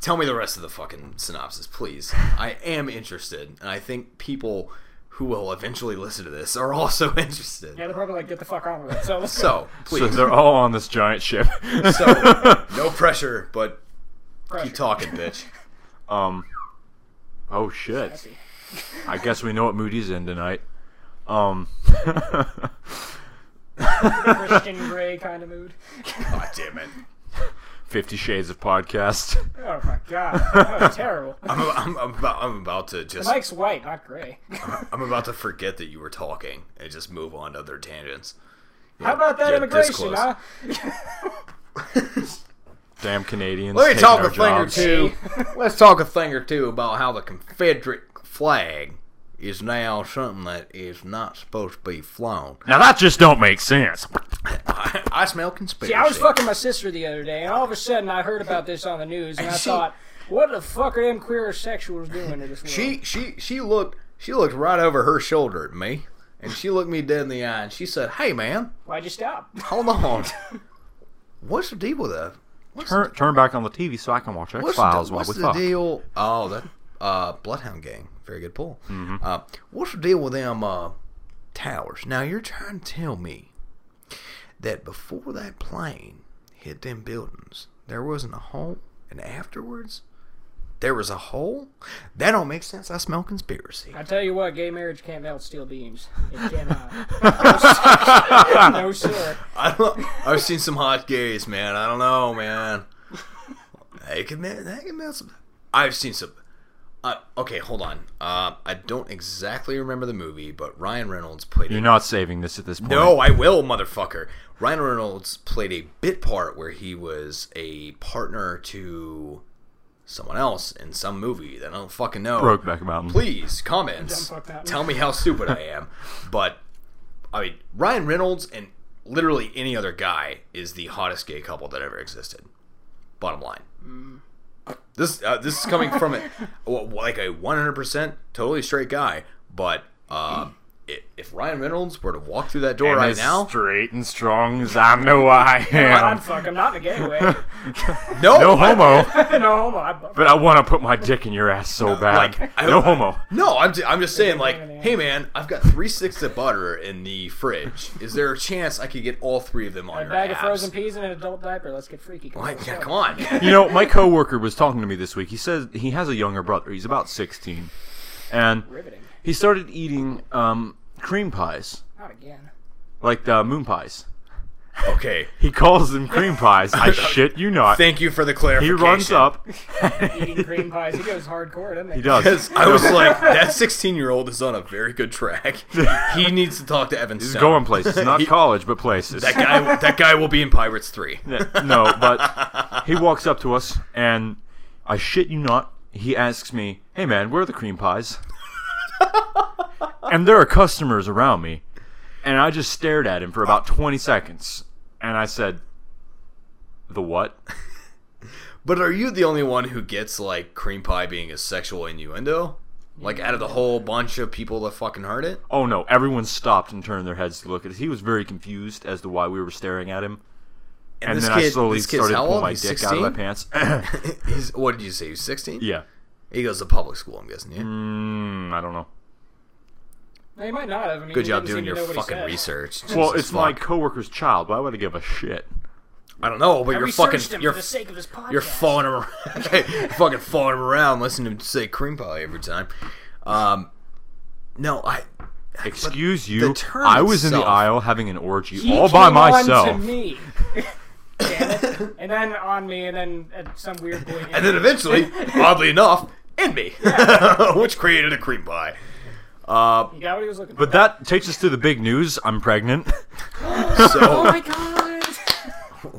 S2: tell me the rest of the fucking synopsis, please. I am interested, and I think people who will eventually listen to this are also interested.
S4: Yeah, they're probably like, get the fuck on with it. So let's
S2: So,
S3: So
S2: please,
S3: they're all on this giant ship.
S2: so no pressure, but
S4: go.
S2: keep talking, bitch.
S3: um. Oh shit! I guess we know what mood he's in tonight. Um.
S4: Christian Grey kind of mood.
S2: God damn it!
S3: Fifty Shades of podcast.
S4: Oh my god, that was terrible.
S2: I'm, I'm, I'm, about, I'm about to just
S4: Mike's white, not grey.
S2: I'm about to forget that you were talking and just move on to other tangents.
S4: How about that
S2: yeah, this
S4: immigration,
S2: close.
S4: huh?
S3: Damn Canadians.
S2: Let me
S3: taking
S2: talk
S3: our
S2: a thing or
S3: jobs.
S2: two. Let's talk a thing or two about how the Confederate flag is now something that is not supposed to be flown.
S3: Now that just don't make sense.
S2: I, I smell conspiracy.
S4: See, I was fucking my sister the other day, and all of a sudden I heard about this on the news, and I
S2: she-
S4: thought, what the fuck are them queer sexuals doing to this world?
S2: She she she looked she looked right over her shoulder at me. and she looked me dead in the eye and she said, "Hey, man,
S4: Why'd you stop?
S2: hold on. What's the deal with that? What's
S3: Turn, turn back on the TV so I can watch X
S2: what's
S3: Files
S2: the,
S3: while
S2: what's
S3: we
S2: the
S3: fuck.
S2: deal? Oh, that uh, Bloodhound Gang. Very good pull.
S3: Mm-hmm.
S2: Uh, what's the deal with them uh, towers? Now you're trying to tell me that before that plane hit them buildings, there wasn't a hole, and afterwards there was a hole. That don't make sense. I smell conspiracy.
S4: I tell you what, gay marriage can't melt steel beams. It cannot. no, sir.
S2: I don't, I've seen some hot gays, man. I don't know, man. They can ma- they can melt some. I've seen some. Uh, okay, hold on. Uh, I don't exactly remember the movie, but Ryan Reynolds played.
S3: You're
S2: A,
S3: not saving this at this point.
S2: no, I will, motherfucker. Ryan Reynolds played a bit part where he was a partner to someone else in some movie that I don't fucking know.
S3: Brokeback Mountain.
S2: Please comments.
S4: Don't fuck that.
S2: Tell me how stupid I am. But I mean, Ryan Reynolds and literally any other guy is the hottest gay couple that ever existed. Bottom line. This uh, this is coming from a, well, like a 100% totally straight guy, but uh, i- if Ryan Reynolds were to walk through that door
S3: Am
S2: right
S3: as
S2: now,
S3: straight and strong as I know I
S4: I'd
S3: am.
S4: fuck him, not in a gay way.
S2: no,
S3: No
S2: I-
S3: homo,
S4: no, hold on, I'd fuck
S3: but I want to put my dick in your ass so bad.
S2: like, I-
S3: no homo.
S2: No, I'm, ju- I'm just saying, like, hey man, I've got three sticks of butter in the fridge. Is there a chance I could get all three of them on
S4: A
S2: your
S4: bag of
S2: abs?
S4: frozen peas and an adult diaper. Let's get freaky. Come
S2: Like,
S4: let's
S2: yeah,
S4: go.
S2: come on. man.
S3: You know, my coworker was talking to me this week. He says he has a younger brother. He's about 16, and
S4: Riveting.
S3: he started eating um, cream pies,
S4: Not again.
S3: like the moon pies.
S2: okay.
S3: He calls them cream pies. I shit you not.
S2: Thank you for the
S3: He
S2: clarification.
S3: runs up.
S4: Eating cream pies. He goes hardcore, doesn't he?
S3: He does.
S2: Because I was like, that 16 year old is on a very good track. He needs to talk to Evan.
S3: He's
S2: Stone.
S3: going places, not
S2: He-
S3: college, but places.
S2: That guy, that guy will be in Pirates 3.
S3: no, but he walks up to us, and I shit you not, he asks me, "Hey man, where are the cream pies?" and there are customers around me, and I just stared at him for about twenty seconds, and I said, "The what?"
S2: But are you the only one who gets, like, cream pie being a sexual innuendo? Like, out of the whole bunch of people that fucking heard it?
S3: Oh no! Everyone stopped and turned their heads to look at us. He was very confused as to why we were staring at him, and,
S2: this
S3: then I
S2: kid-
S3: slowly
S2: this kid's
S3: started
S2: how
S3: pulling
S2: old?
S3: my
S2: He's
S3: dick out of my
S2: 16?
S3: pants.
S2: He's, what did you say? He's 16?
S3: yeah,
S2: He goes to public school, I'm guessing, yeah? Hmm,
S3: mm, I don't know.
S4: No, he might not have. I mean,
S2: Good
S4: he
S2: job
S4: didn't
S2: doing
S4: seem
S2: your
S4: to know what he
S2: fucking
S4: said.
S2: research.
S3: Well,
S2: Jesus
S3: it's my
S2: fuck.
S3: coworker's child. Why would I give a shit?
S2: I don't know, but
S4: I
S2: you're
S4: researched
S2: fucking
S4: him
S2: you're
S4: for the sake of this podcast.
S2: you're following him around, you're fucking following him around, listening to him say cream pie every time. Um, no, I
S3: Excuse
S2: the
S3: you.
S2: term
S3: I was in the
S2: itself-
S3: aisle having an orgy
S4: He
S3: all by
S4: came on
S3: myself.
S4: To me. Damn it. And then on me, and then at some weird point.
S2: and then eventually, oddly enough, in me, which created a cream pie. Uh,
S4: you got what he was looking
S3: But
S4: for.
S3: that takes us to the big news. I'm pregnant.
S4: oh
S2: so
S4: my god!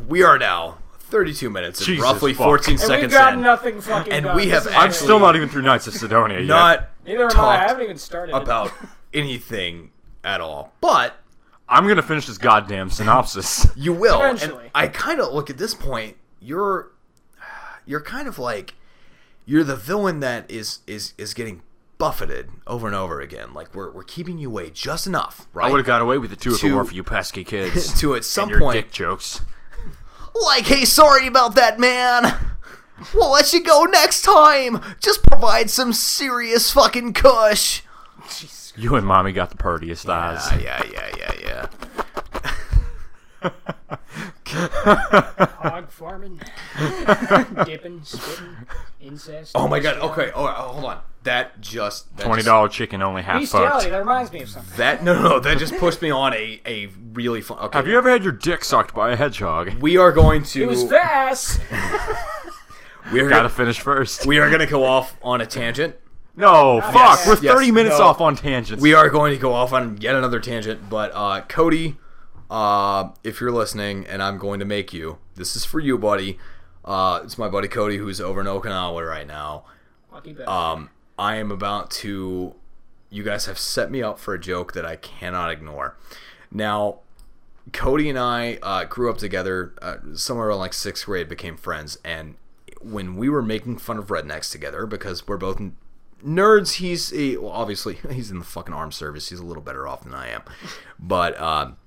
S2: we are now 32 minutes and
S3: Jesus
S2: roughly
S3: fuck.
S2: 14
S4: And we've
S2: seconds
S4: got
S2: in.
S4: nothing fucking
S2: And
S4: done.
S2: we have
S4: This is
S2: actually-
S3: I'm still not even through Knights of Sidonia yet.
S2: Not
S4: Neither am I. I
S2: talked
S4: haven't even started. it.
S2: about anything at all, but
S3: I'm gonna finish this goddamn synopsis.
S2: You will. and
S4: Eventually.
S2: I kind of look at this point. You're, you're kind of like, you're the villain that is is is getting buffeted over and over again. Like we're we're keeping you away just enough,
S3: I
S2: right?
S3: would have got away with it too if it
S2: To-
S3: weren't for you pesky kids.
S2: to at some
S3: and your
S2: point-
S3: dick jokes.
S2: like, hey, sorry about that, man. We'll let you go next time. Just provide some serious fucking cush.
S3: You and mommy got the purtiest eyes.
S2: Yeah, yeah, yeah, yeah, yeah.
S4: hog farming, dipping, spitting, incest.
S2: Oh my god. Okay. Oh, hold on. That just that
S3: Twenty
S2: just-
S3: dollar chicken only half
S4: Bestiality.
S3: fucked.
S4: That reminds me of something.
S2: That no, no, no. That just pushed me on a a really fun. Okay.
S3: Have you ever had your dick sucked by a hedgehog?
S2: We are going to.
S4: It was fast.
S2: We are
S3: Gotta
S2: gonna,
S3: finish first.
S2: we are going to go off on a tangent.
S3: no, fuck.
S4: yes,
S3: We're
S2: yes,
S3: 30 minutes
S2: no.
S3: off on tangents.
S2: We are going to go off on yet another tangent. But uh, Cody, uh, if you're listening, and I'm going to make you. This is for you, buddy. Uh, it's my buddy Cody who's over in Okinawa right now.
S4: Lucky bastard.
S2: Um, I am about to. You guys have set me up for a joke that I cannot ignore. Now, Cody and I uh, grew up together uh, somewhere around like sixth grade, became friends, and when we were making fun of rednecks together because we're both nerds, he's a, well, obviously he's in the fucking armed service. He's a little better off than I am, but um,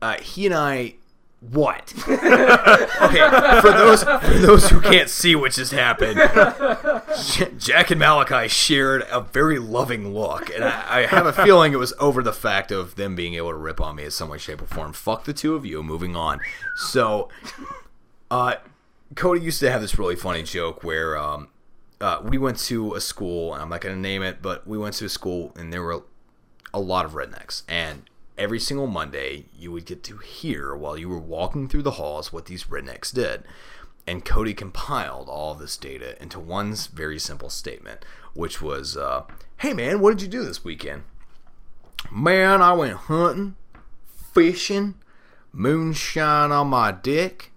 S2: uh, he and I. What? okay, for those for those who can't see what just happened, J- Jack and Malachi shared a very loving look, and I, I have a feeling it was over the fact of them being able to rip on me in some way, shape, or form. Fuck the two of you. Moving on. So, uh, Cody used to have this really funny joke where um, uh, we went to a school, and I'm not going to name it, but we went to a school, and there were a lot of rednecks. And every single Monday, you would get to hear while you were walking through the halls what these rednecks did. And Cody compiled all this data into one s- very simple statement, which was, uh, "Hey man, what did you do this weekend?" Man, I went hunting, fishing, moonshine on my dick.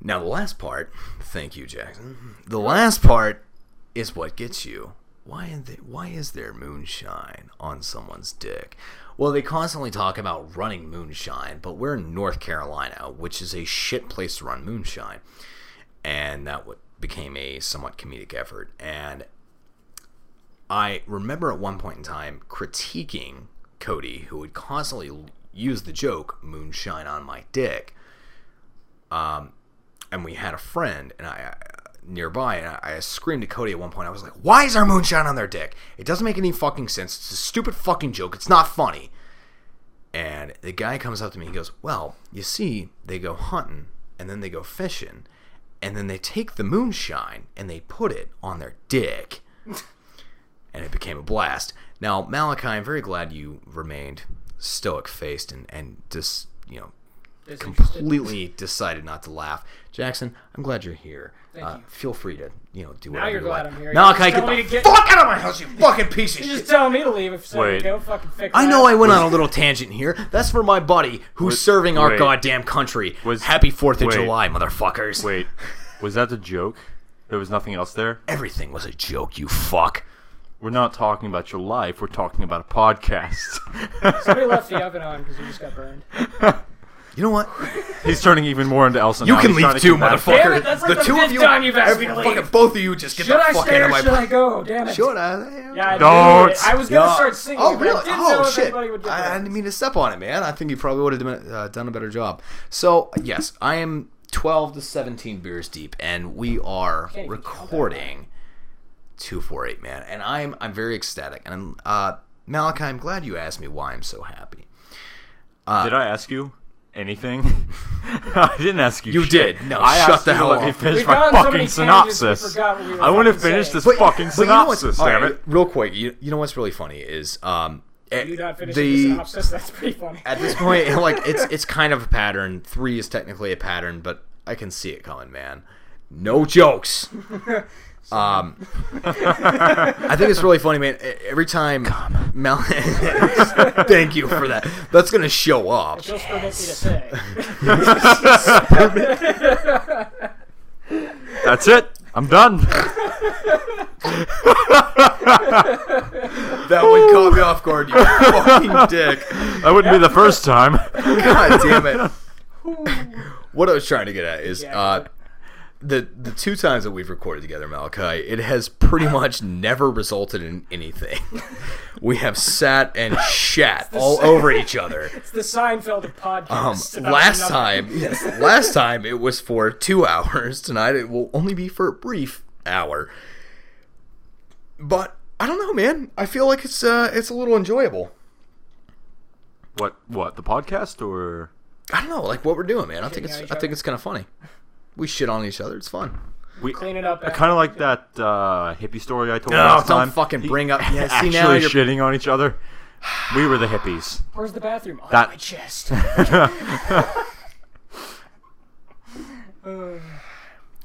S2: Now, the last part, thank you, Jackson. The last part is what gets you. Why, in the, why is there moonshine on someone's dick? Well, they constantly talk about running moonshine, but we're in North Carolina, which is a shit place to run moonshine. And that what became a somewhat comedic effort. And I remember at one point in time critiquing Cody, who would constantly l- use the joke, moonshine on my dick and we had a friend and I nearby and I, I screamed at Cody at one point. I was like, "Why is our moonshine on their dick? It doesn't make any fucking sense. It's a stupid fucking joke. It's not funny." And the guy comes up to me. He goes, "Well, you see, they go hunting and then they go fishing, and then they take the moonshine and they put it on their dick." and it became a blast. Now, Malachi, I'm very glad you remained stoic faced and and just you know completely decided not to laugh. Jackson, I'm glad you're here.
S4: Thank
S2: uh,
S4: you.
S2: Feel free to you know do whatever
S4: you're
S2: you
S4: glad
S2: like.
S4: I'm here.
S2: Malachi,
S4: You
S2: get
S4: just tell me
S2: the
S4: to get-
S2: fuck out of my house, you fucking piece of
S4: You're just
S2: shit.
S4: telling me to leave if so
S3: Wait.
S4: go fucking fix
S2: I
S4: that.
S2: know I went on a little tangent here. That's for my buddy who's
S3: Was-
S2: serving our
S3: wait.
S2: goddamn country.
S3: Was-
S2: Happy Fourth of
S3: wait.
S2: July, motherfuckers.
S3: Wait, was that the joke? There was nothing else there.
S2: Everything was a joke, you fuck.
S3: We're not talking about your life. We're talking about a podcast.
S4: Somebody left the oven on because you just got burned.
S2: You know what?
S3: He's turning even more into Elson.
S2: You
S3: now.
S2: can
S3: He's
S2: leave
S3: trying to
S2: too,
S3: keep that-
S2: motherfucker.
S4: Damn it, that's like the
S2: two of
S4: fifth
S2: you,
S4: time you've asked
S2: every-
S4: me to leave.
S2: fucking both of you, just get
S4: Should
S2: the
S4: I
S2: fuck
S4: stay
S2: out of
S4: or
S2: my.
S4: should I go? Damn it.
S2: Should I?
S4: Yeah,
S3: Don't.
S4: I Don't. I was gonna
S2: Yeah.
S4: start singing.
S2: Oh,
S4: but
S2: really?
S4: I didn't know
S2: Oh,
S4: if
S2: shit.
S4: anybody would do
S2: I, I
S4: that.
S2: didn't mean to step on it, man. I think you probably would have done, uh, done a better job. So, yes, I am 12 to 17 beers deep, and we are
S4: even
S2: recording 248, man. And I'm I'm very ecstatic. And I'm, uh, Malachi, I'm glad you asked me why I'm so happy.
S3: Did I ask you anything? I didn't ask you.
S2: You
S3: shit.
S2: did. No,
S3: I
S2: shut
S3: asked
S2: the
S3: you
S2: hell
S3: to let me
S2: up.
S3: finish
S4: We've
S3: my
S4: gone so
S3: fucking
S4: many tangents, we
S3: synopsis.
S4: forgot what we were
S3: I want to
S4: fucking
S3: finish
S4: saying.
S3: this
S2: But-
S3: fucking
S2: but you know what's-
S3: synopsis,
S2: all
S3: damn
S2: right,
S3: it.
S2: Real quick, you, you know what's really funny is um, it-
S4: You not finishing the,
S2: the
S4: synopsis? That's pretty funny.
S2: at this point, like it's it's kind of a pattern. Three is technically a pattern, but I can see it coming, man. No jokes. Um, I think it's really funny, man. E- Every time Mel, thank you for that. That's gonna show up.
S4: Just for me to say.
S3: That's it. I'm done.
S2: That would caught me off guard. You fucking dick.
S3: That wouldn't be the first time.
S2: God damn it. what I was trying to get at is
S4: Yeah.
S2: uh, the the two times that we've recorded together, Malachi, it has pretty much never resulted in anything. we have sat and shat all over each other.
S4: It's the Seinfeld of
S2: Um,
S4: podcasts. about
S2: last
S4: nothing.
S2: time, yes, last time it was for two hours. Tonight it will only be for a brief hour. But I don't know, man. I feel like it's uh, it's a little enjoyable.
S3: What? What? The podcast or?
S2: I don't know, like what we're doing, man. I think
S4: at
S2: it's
S4: each
S2: I think
S4: other.
S2: it's kind of funny. We shit on each other. It's fun.
S3: We
S4: Clean it up.
S3: I kind of like that uh, hippie story I told
S2: No,
S3: last
S2: don't
S3: time.
S2: fucking bring up- yeah, see,
S3: actually
S2: now you're-
S3: shitting on each other. We were the hippies.
S4: Where's the bathroom? On
S3: That-
S4: my chest.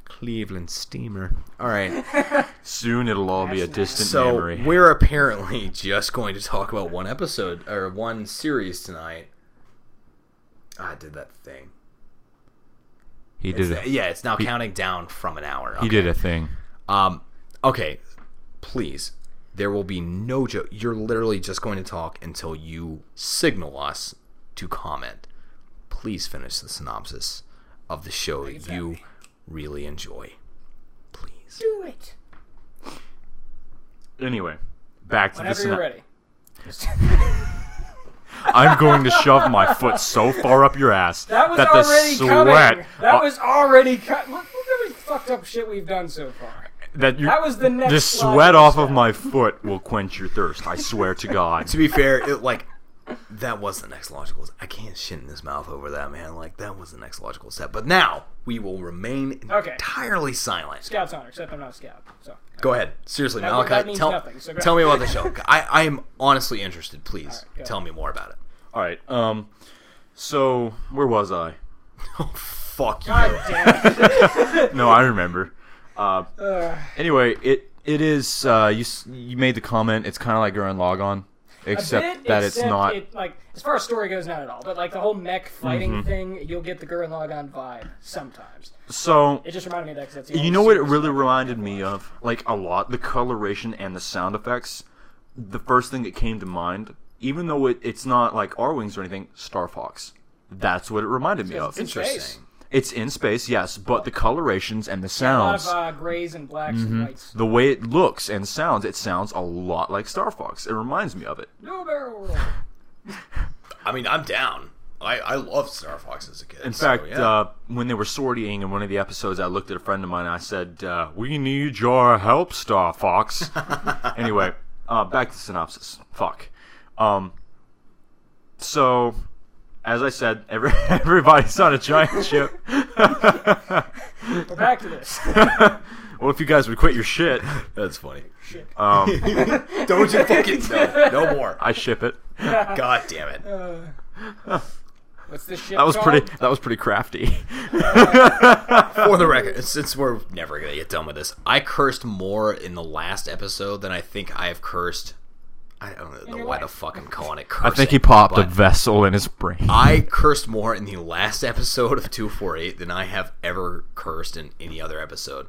S2: Cleveland steamer. All right.
S3: Soon it'll all be a distant
S2: So
S3: memory.
S2: we're apparently just going to talk about one episode or one series tonight. Ah, I did that thing.
S3: He did it.
S2: Yeah, it's now counting down from an hour.
S3: He did a thing.
S2: Um, okay, please. There will be no joke. You're literally just going to talk until you signal us to comment. Please finish the synopsis of the show that you really enjoy. Please.
S4: Do it.
S3: Anyway, back to
S4: Whenever
S3: the
S4: you're
S3: syna-
S4: ready.
S3: I'm going to shove my foot so far up your ass
S4: That was
S3: the
S4: already
S3: sweat
S4: coming. That
S3: uh,
S4: was already cut. Look, look at the fucked up shit we've done so far.
S3: that you
S4: That was the next.
S3: the
S4: slide
S3: sweat
S4: we
S3: off
S4: said.
S3: of my foot will quench your thirst. I swear to God.
S2: To be fair, it like that was the next logical. I can't shit in his mouth over that man. Like that was the next logical step. But now we will remain
S4: Okay.
S2: entirely silent.
S4: Scout's honor, except I'm not a scout. So
S2: Go ahead. Seriously,
S4: That-
S2: Malachi.
S4: that means
S2: tell,
S4: nothing, so go-
S2: tell me about the show. I, I am honestly interested. Please
S4: right, go.
S2: tell me more about it.
S3: All right. Um. So where was I?
S2: Oh, fuck you.
S4: God damn it.
S3: No, I remember.
S4: Ugh.
S3: Uh, Anyway, it it is. Uh, you s- you made the comment. It's kind of like Gurren Lagann,
S4: A
S3: except
S4: bit,
S3: that
S4: except
S3: it's not. Mm-hmm.
S4: It, like as far as story goes, not at all. But like the whole mech fighting thing, you'll get the Gurren Lagann vibe sometimes.
S3: so
S4: It just reminded me of that because that's the
S3: you
S4: only
S3: know what it
S4: super-
S3: really reminded me of? Like a lot, the coloration and the sound effects. The first thing that came to mind, even though it, it's not like R wings or anything, Star Fox. That's what it reminded me of.
S4: It's in
S2: Interesting.
S4: space.
S3: It's in space, yes, but the colorations and the
S4: A lot of
S3: sounds, Mm-hmm.
S4: uh, grays and blacks and whites.
S3: the way it looks and sounds, it sounds a lot like Star Fox. It reminds me of it.
S4: No barrel roll.
S2: I mean, I'm down. I, I loved Star Fox as a kid.
S3: In
S2: so,
S3: fact,
S2: yeah.
S3: uh, when they were sortying in one of the episodes, I looked at a friend of mine and I said, uh, "We need your help, Star Fox." anyway, uh, back to synopsis. Fuck. Um, so, as I said, every, everybody's on a giant ship.
S4: We're back to this.
S3: Well, if you guys would quit your shit, um,
S2: that's funny.
S4: Shit.
S2: Don't you fucking no, no more.
S3: I ship it.
S2: God damn
S4: Uh,
S2: it.
S4: What's this shit?
S3: That was
S4: called?
S3: pretty. That was pretty crafty.
S2: For the record, since we're never gonna get done with this, I cursed more in the last episode than I think I have cursed. I don't know
S4: your
S2: why the
S4: life.
S2: fuck I'm calling it cursing.
S3: I think he popped a
S2: but
S3: vessel in his brain.
S2: I cursed more in the last episode of two four eight than I have ever cursed in any other episode.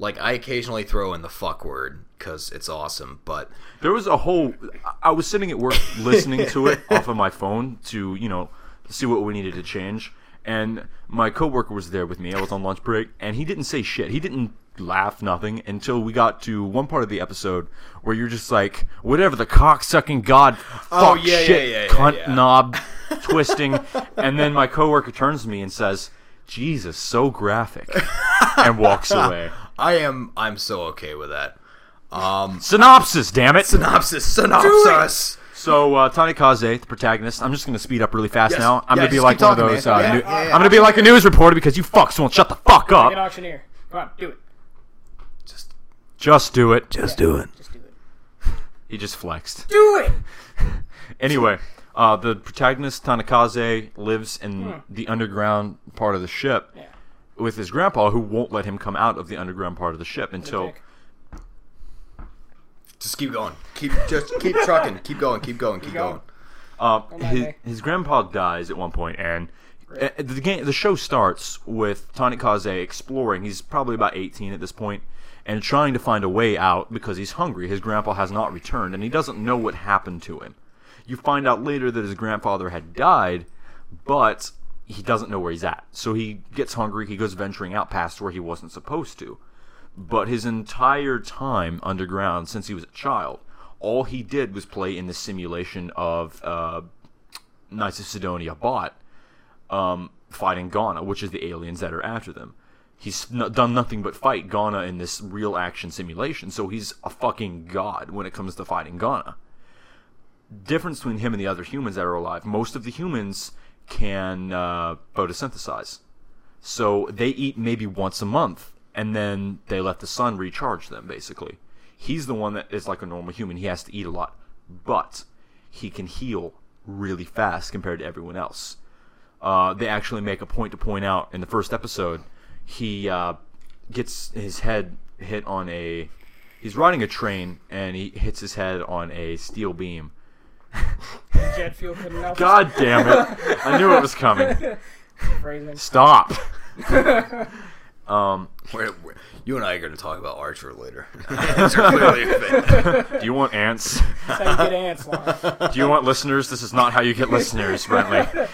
S2: Like I occasionally throw in the fuck word because it's awesome, but
S3: There was a whole. I was sitting at work listening to it off of my phone to you know see what we needed to change, and my coworker was there with me. I was on lunch break, and he didn't say shit. He didn't laugh nothing until we got to one part of the episode where you're just like whatever the cock sucking god fuck
S2: Oh, yeah, yeah,
S3: shit
S2: yeah, yeah,
S3: cunt
S2: yeah.
S3: knob twisting and then my coworker turns to me and says jesus so graphic and walks away
S2: I am I'm so okay with that. Um,
S3: synopsis damn it
S2: synopsis, synopsis.
S3: So uh, Tani Kaze, the protagonist. I'm just going to speed up really fast
S2: Yes.
S3: now. I'm
S2: Yeah,
S3: going to be
S2: just
S3: like
S2: keep
S3: one of
S2: talking,
S3: those. Uh,
S2: man. Yeah,
S3: new-
S2: yeah, yeah.
S3: I'm going to be like a news reporter because you fucks won't shut the fuck
S4: An
S3: up.
S4: auctioneer. Come on, do it.
S2: Just
S3: Just do it.
S2: just do it.
S4: Just do it.
S3: He just flexed.
S4: Do it.
S3: Anyway, uh, the protagonist Tanakaze lives in
S2: Hmm.
S3: the underground part of the ship
S4: Yeah.
S3: with his grandpa, who won't let him come out of the underground part of the ship until
S4: Dick.
S2: Just keep going. Keep just keep trucking. Keep going. Keep going. Keep
S4: going.
S2: going.
S3: uh,
S4: my
S3: his,
S4: day.
S3: his grandpa dies at one point, and uh, the game, the show starts with Tanikaze exploring. He's probably about 18 at this point, and trying to find a way out because he's hungry. His grandpa has not returned, and he doesn't know what happened to him. You find out later that his grandfather had died, but he doesn't know where he's at. So he gets hungry. He goes venturing out past where he wasn't supposed to but his entire time underground since he was a child, all he did was play in the simulation of uh, Knights of Sidonia bot um, fighting Ghana, which is the aliens that are after them. He's n- done nothing but fight Ghana in this real action simulation, so he's a fucking god when it comes to fighting Ghana. Difference between him and the other humans that are alive, most of the humans can uh, photosynthesize. So they eat maybe once a month, and then they let the sun recharge them, basically. He's the one that is like a normal human. He has to eat a lot, but he can heal really fast compared to everyone else. Uh, they actually make a point to point out in the first episode, he uh, gets his head hit on a. He's riding a train, and he hits his head on a steel beam.
S4: Jet fuel couldn't help.
S3: God damn it! I knew it was coming.
S4: Phrasing.
S3: Stop!
S2: Where, where- you and I are going to talk about Archer later. It's clearly a thing.
S3: Do you want ants?
S4: That's how you get ants. Lauren.
S3: Do you want listeners? This is not how you get listeners, Brentley.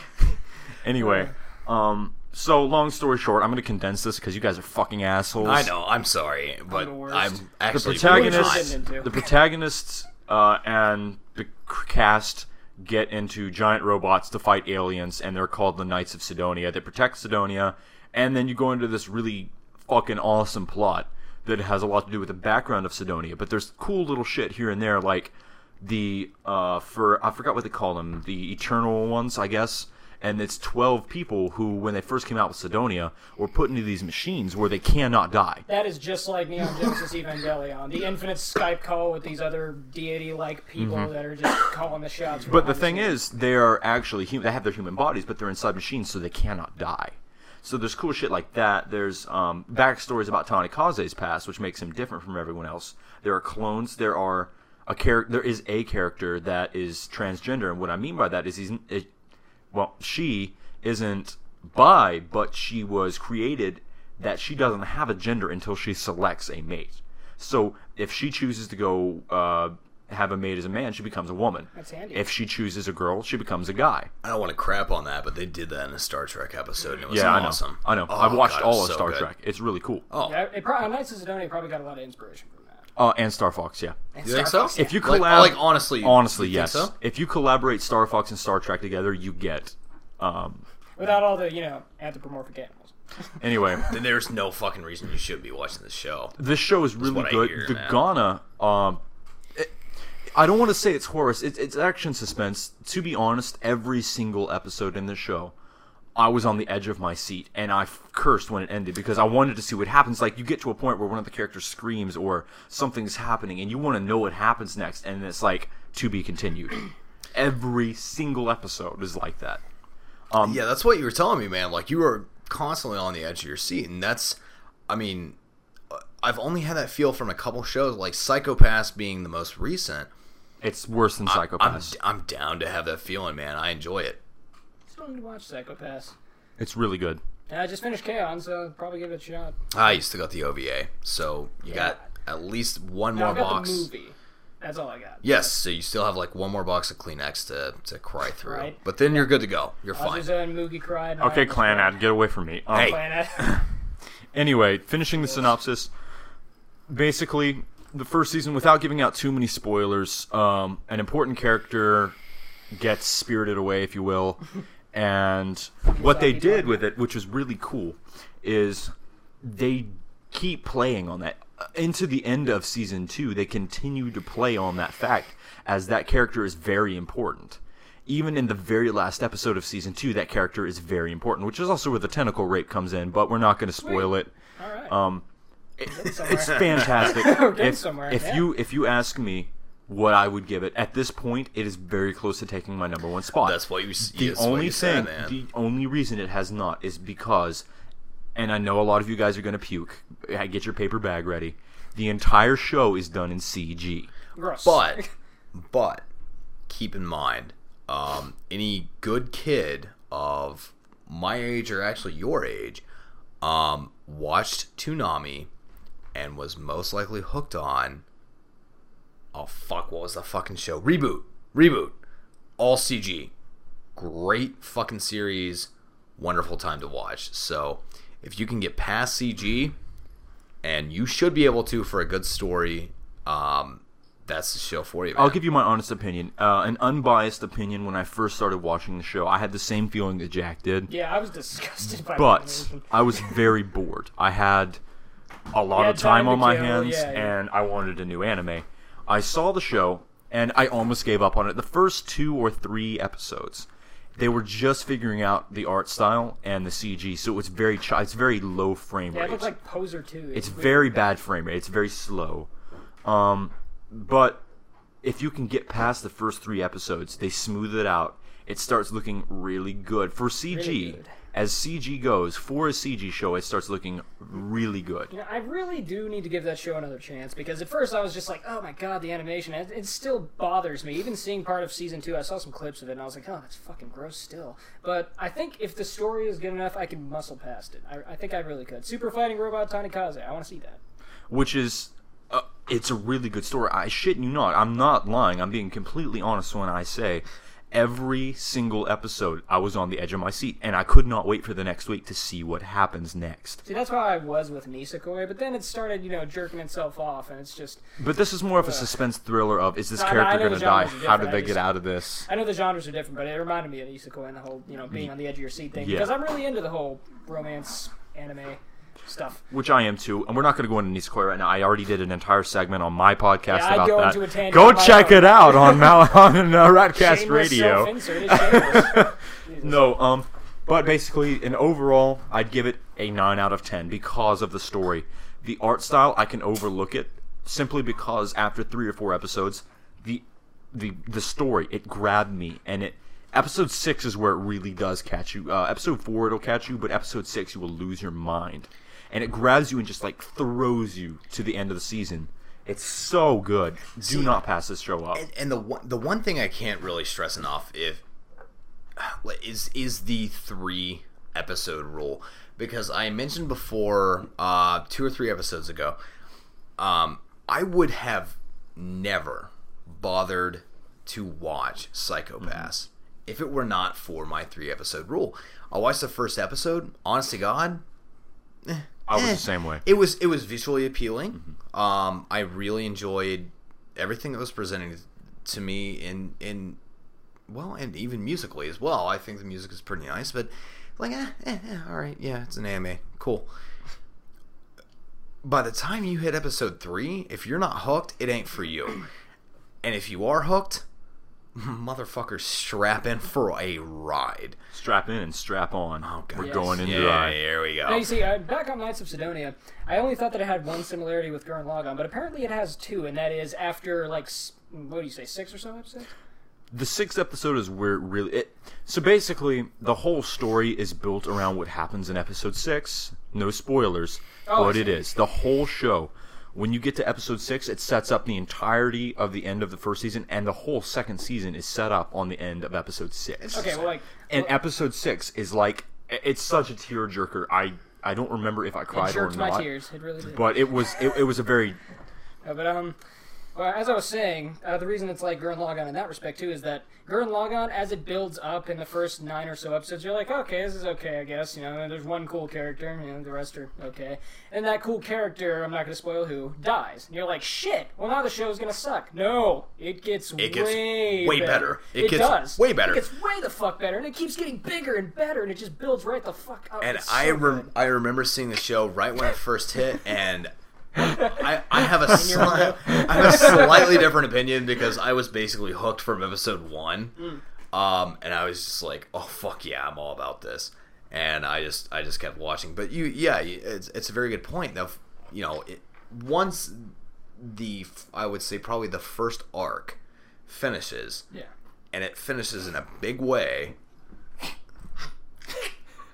S3: anyway, um, So, long story short, I'm going to condense this because you guys are fucking assholes.
S2: I know. I'm sorry, but
S4: the
S2: I'm,
S4: worst.
S3: The
S2: actually
S4: Which
S3: protagonists,
S4: we're getting into.
S3: the protagonists, uh, and the c- cast get into giant robots to fight aliens, and they're called the Knights of Sidonia. They protect Sidonia, and then you go into this really fucking awesome plot that has a lot to do with the background of Sidonia. But there's cool little shit here and there, like the uh, for I forgot what they call them, the Eternal ones, I guess. And it's 12 people who, when they first came out with Sidonia, were put into these machines where they cannot die.
S4: That is just like Neon Genesis Evangelion, the infinite Skype call with these other deity-like people that are just calling the shots.
S3: Mm-hmm. But the thing is, they are actually hum- they have their human bodies, but they're inside machines, so they cannot die. So there's cool shit like that. There's um, backstories about Tanikaze's past, which makes him different from everyone else. There are clones. There are a char- There is a character that is transgender, and what I mean by that is he's n- it, well, she isn't bi, but she was created that she doesn't have a gender until she selects a mate. So if she chooses to go uh, have a mate as a man, she becomes a woman.
S4: That's handy.
S3: If she chooses a girl, she becomes a guy.
S2: I don't want to crap on that, but they did that in a Star Trek episode, and it was
S3: I know.
S2: awesome.
S3: I know.
S2: Oh,
S3: I've watched
S2: God, it
S3: all
S2: was so
S3: of Star
S2: good.
S3: Trek. It's really cool. Oh,
S4: yeah, it probably, Knights of Sidonia probably got a lot of inspiration from that.
S3: Uh, and Star Fox, yeah.
S2: You think so?
S3: If you
S2: Like- oh,
S3: collab,
S2: like, honestly,
S3: honestly,
S2: you think
S3: yes.
S2: so?
S3: If you collaborate Star Fox and Star Trek together, you get. Um,
S4: Without all the you know anthropomorphic animals.
S3: anyway,
S2: Then there's no fucking reason you should be watching this show.
S3: this show is really
S2: what I
S3: good.
S2: hear,
S3: the
S2: man.
S3: Ghana, um, it- I don't want to say it's horror. It's, it's action suspense. To be honest, every single episode in this show, I was on the edge of my seat and I f- cursed when it ended because I wanted to see what happens. Like you get to a point where one of the characters screams or something's happening and you want to know what happens next, and it's like to be continued. every single episode is like that.
S2: Yeah, that's what you were telling me, man. Like you were constantly on the edge of your seat, and that's, I mean, uh, I've only had that feel from a couple shows, like Psychopaths being the most recent.
S3: It's worse than
S2: I'm,
S3: Psychopaths.
S2: I'm down to have that feeling, man. I enjoy it.
S4: Still need to watch Psychopaths.
S3: it's really good.
S4: And I just finished K-On!, so probably give it a shot.
S2: I used to got the OVA, so you got at least one
S4: Now,
S2: more
S4: I've got
S2: box.
S4: the movie. That's all I got.
S2: Yes, so you still have like one more box of Kleenex to, to cry through,
S4: Right.
S2: but then you're good to go. You're fine.
S4: Others and Moogie cried.
S3: Okay, Clan Ad, get away from me. Um,
S2: Hey,
S4: Planet.
S3: anyway, finishing the synopsis. Basically, the first season, without giving out too many spoilers, um, an important character gets spirited away, if you will. And what they did with it, which was really cool, is they keep playing on that. Into the end of season two, they continue to play on that fact as that character is very important. Even in the very last episode of season two, that character is very important, which is also where the tentacle rape comes in, but we're not going to spoil it.
S4: all right.
S3: Um,
S4: somewhere.
S3: it's fantastic.
S4: getting
S3: if
S4: somewhere,
S3: if
S4: yeah.
S3: you if you ask me what I would give it at this point, it is very close to taking my number one spot.
S2: that's what you. s-
S3: the
S2: that's what
S3: only
S2: you
S3: thing.
S2: said, man.
S3: The only reason it has not is because, and I know a lot of you guys are gonna puke. I Get your paper bag ready. The entire show is done in CG.
S4: Gross.
S2: But, but, keep in mind, um, any good kid of my age or actually your age, um, watched Toonami and was most likely hooked on. Oh fuck! What was the fucking show? Reboot, reboot, all CG. Great fucking series. Wonderful time to watch. So, if you can get past CG, and you should be able to for a good story, um, that's the show for you. Man.
S3: I'll give you my honest opinion, uh, an unbiased opinion. When I first started watching the show, I had the same feeling that Jack did.
S4: yeah, I was disgusted by.
S3: but
S4: that
S3: I was very bored. I had a lot
S4: Yeah,
S3: of time,
S4: time
S3: on
S4: to
S3: my
S4: kill,
S3: hands,
S4: yeah, yeah.
S3: and I wanted a new anime. I saw the show, and I almost gave up on it. The first two or three episodes, they were just figuring out the art style and the CG, so it's very ch- it's very low frame
S4: Yeah, it
S3: rate.
S4: looked like Poser too.
S3: it's very bad frame rate. It's very slow. Um, but if you can get past the first three episodes, they smooth it out. It starts looking really good for CG.
S4: Really good.
S3: As CG goes, for a CG show, it starts looking really good.
S4: You know, I really do need to give that show another chance because at first I was just like, oh my god, the animation. It, it still bothers me. Even seeing part of season two, I saw some clips of it and I was like, oh, that's fucking gross still. But I think if the story is good enough, I can muscle past it. I, I think I really could. Super Fighting Robot Tanikaze. I want to see that.
S3: Which is, uh, it's a really good story. I shit you not. I'm not lying. I'm being completely honest when I say every single episode, I was on the edge of my seat, and I could not wait for the next week to see what happens next.
S4: See, that's how I was with Nisekoi, but then it started, you know, jerking itself off, and it's just.
S3: But this is more of a suspense thriller of is this
S4: I- I
S3: character
S4: know the
S3: going to die?
S4: genres are
S3: How
S4: different,
S3: did
S4: I
S3: they get
S4: just-
S3: out of this?
S4: I know the genres are different, but it reminded me of Nisekoi and the whole, you know, being on the edge of your seat thing,
S3: Mm. Yeah.
S4: because I'm really into the whole romance anime stuff.
S3: Which I am too, and we're not going to go into Nisekoi right now. I already did an entire segment on my podcast
S4: Yeah, I'd
S3: about
S4: go
S3: that.
S4: into a tangent
S3: go
S4: on my
S3: check
S4: own.
S3: it out on Mal- on uh, Radcast
S4: Shameless
S3: Radio.
S4: self-insert, it's shameless. Jesus.
S3: No, um, but basically, in overall, I'd give it a nine out of ten because of the story. The art style, I can overlook it simply because after three or four episodes, the the the story it grabbed me, and it episode six is where it really does catch you. Uh, episode four it'll catch you, but episode six you will lose your mind, and it grabs you and just like throws you to the end of the season. It's so good. Do not pass this show up.
S2: and, and the one the one thing I can't really stress enough if is is the three episode rule because I mentioned before uh, two or three episodes ago um, I would have never bothered to watch Psychopaths
S3: Mm-hmm.
S2: if it were not for my three episode rule I watched the first episode honest to God
S3: I was
S2: eh,
S3: the same way. Mm-hmm.
S2: It was it was visually appealing. Um, I really enjoyed everything that was presented to me in in well, and even musically as well. I think the music is pretty nice, but like, eh, eh, eh, all right, yeah, it's an anime, cool. By the time you hit episode three, if you're not hooked, it ain't for you. And if you are hooked, motherfucker, strap in for a ride.
S3: Strap in and strap on.
S2: Oh, God.
S3: We're
S2: Yes.
S3: going in
S2: Yeah,
S3: dry.
S2: here we
S3: Oh.
S2: go.
S4: Now you see, uh, back on Knights of Sidonia, I only thought that it had one similarity with Gurren Lagann, but apparently it has two, and that is after like s- what do you say, six or so episodes?
S3: the sixth episode is where it really it so basically the whole story is built around what happens in episode six no spoilers
S4: Oh, I
S3: but it
S4: see.
S3: is the whole show when you get to episode six it sets up the entirety of the end of the first season and the whole second season is set up on the end of episode six
S4: Okay, well like
S3: and episode six is like i- it's such a tearjerker i i don't remember if i
S4: it
S3: cried or
S4: jerked
S3: not
S4: my tears. It really did.
S3: but it was it, it was a very
S4: Uh, but um, well, as I was saying, uh, the reason it's like Gurren Lagann in that respect too is that Gurren Lagann, as it builds up in the first nine or so episodes, you're like, okay, this is okay, I guess. You know, there's one cool character, you know, the rest are okay. And that cool character, I'm not gonna spoil who, dies, and you're like, shit. Well, now the show's gonna suck. No, it gets
S2: It gets
S4: way
S2: way better. It gets
S4: does
S2: way better.
S4: It gets way the fuck better, and it keeps getting bigger and better, and it just builds right the fuck up.
S2: And
S4: Oh, It's
S2: I
S4: so
S2: rem- I remember seeing the show right when it first hit, and I, I have a sli- I have a slightly different opinion because I was basically hooked from episode one,
S4: Mm.
S2: um, and I was just like, oh fuck yeah, I'm all about this, and I just I just kept watching. But you, yeah, you- it's it's a very good point. Of you know, it, once the f- I would say probably the first arc finishes,
S4: good. yeah.
S2: and it finishes in a big way.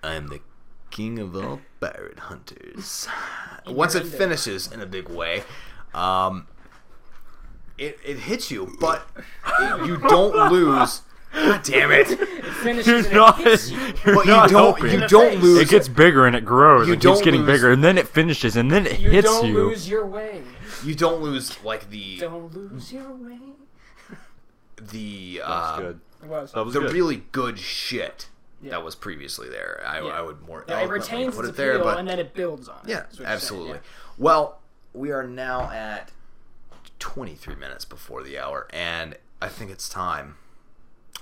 S2: I am the king of all pirate hunters. Once it
S4: Innuendo.
S2: finishes in a big way, um, it, it hits you, but it- you don't lose. God damn it!
S4: Finishes
S3: you're
S4: and it
S3: not
S4: hits you.
S3: you're
S2: But you
S3: not
S2: don't
S3: helping.
S2: you don't
S4: face.
S2: lose.
S3: It gets bigger and it grows.
S2: You
S3: it keeps
S2: don't
S3: getting
S2: lose-
S3: bigger and then it finishes and then it
S4: You
S3: hits
S4: don't
S3: you.
S4: lose your way.
S2: you don't lose like the
S4: Don't lose your way.
S2: the
S3: That's
S2: uh,
S3: good.
S4: It was.
S3: That was
S2: the
S3: good.
S2: really good shit
S4: Yeah.
S2: that was previously there. I,
S4: Yeah.
S2: I would more
S4: Yeah, it
S2: eloquently
S4: retains
S2: put
S4: its
S2: it there,
S4: appeal
S2: but
S4: and then it builds on it.
S2: Yeah,
S4: is what you're saying,
S2: absolutely. Well, we are now at 23 minutes before the hour, and I think it's time.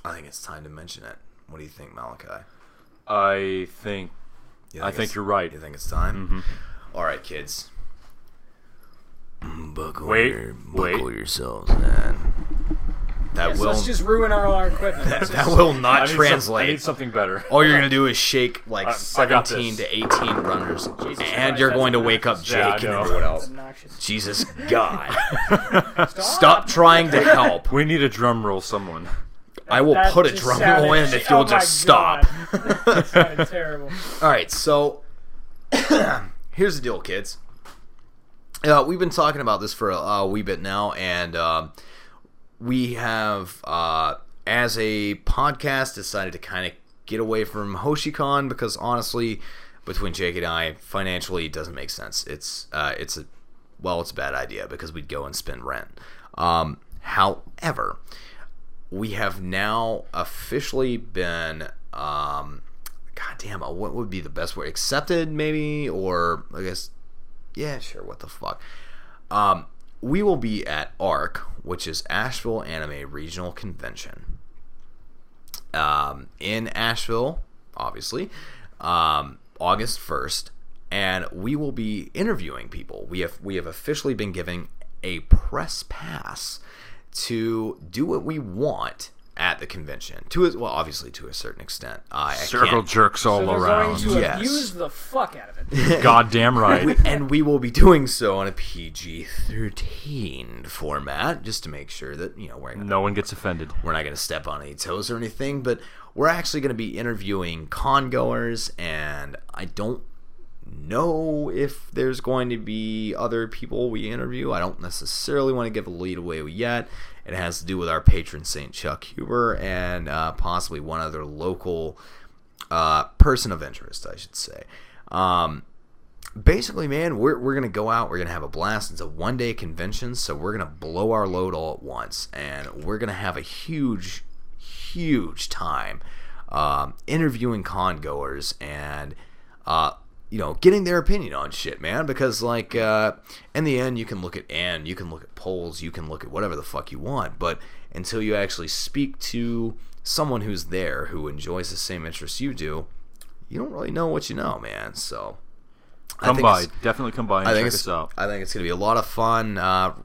S2: I think it's time to mention it. What do you think, Malachi?
S3: I think
S2: You
S3: I think
S2: it's-
S3: you're right. Mm-hmm.
S2: You think it's time? All right, kids. Buckle
S3: Wait,
S2: your,
S3: wait.
S2: buckle yourselves, man. That
S4: yeah. So
S2: will
S4: let's just ruin all our equipment. Let's
S2: that
S4: just-
S2: will not
S3: I need some- I
S2: translate.
S3: need something better.
S2: All you're gonna do is shake like
S3: I- I got
S2: 17
S3: this.
S2: to 18 runners,
S4: Jesus
S2: and
S4: Christ,
S2: you're
S4: that's
S2: going to
S4: obnoxious.
S2: wake up Jake
S3: Yeah, I
S2: and
S3: know.
S2: everyone else.
S4: obnoxious.
S2: Jesus God. Stop trying to help.
S3: We need a drum roll, someone.
S2: I will
S4: That
S2: put a
S4: just
S2: drum
S4: sounded-
S2: roll in if you'll
S4: oh my
S2: just stop.
S4: God. that sounded terrible.
S2: All right, so here's the deal, kids. Uh, we've been talking about this for a, a wee bit now, and um, we have, uh, as a podcast, decided to kind of get away from HoshiCon because honestly, between Jake and I, financially, it doesn't make sense. It's uh, it's a well, it's a bad idea because we'd go and spend rent. Um, however, we have now officially been um god damn uh, what would be the best word accepted maybe or i guess yeah sure what the fuck um we will be at arc which is asheville anime regional convention um in asheville obviously um august 1st and we will be interviewing people we have we have officially been giving a press pass to do what we want at the convention. To a, well, obviously to a certain extent. I, I
S3: Circle
S2: can't-
S3: jerks all
S4: So they're going
S3: around.
S4: to
S2: Yes.
S4: abuse the fuck out of it.
S3: Goddamn right.
S2: and we will be doing so on a PG thirteen format, just to make sure that you know we're
S3: no one gets offended.
S2: we're not going to step on any toes or anything, but we're actually going to be interviewing congoers, and I don't know if there's going to be other people we interview. I don't necessarily want to give a lead away yet. It has to do with our patron Saint Chuck Huber and uh, possibly one other local uh, person of interest, I should say. Um, basically, man, we're, we're going to go out. We're going to have a blast. It's a one day convention, so we're going to blow our load all at once. And we're going to have a huge, huge time um, interviewing congoers and, uh, you know, getting their opinion on shit, man. Because, like, uh, in the end, you can look at and you can look at polls, you can look at whatever the fuck you want. But until you actually speak to someone who's there who enjoys the same interests you do, you don't really know what you know, man. So I
S3: Come
S2: think
S3: by.
S2: it's-
S3: Definitely come by and
S2: I think
S3: check
S2: it's
S3: us out.
S2: I think it's gonna be a lot of fun. Uh,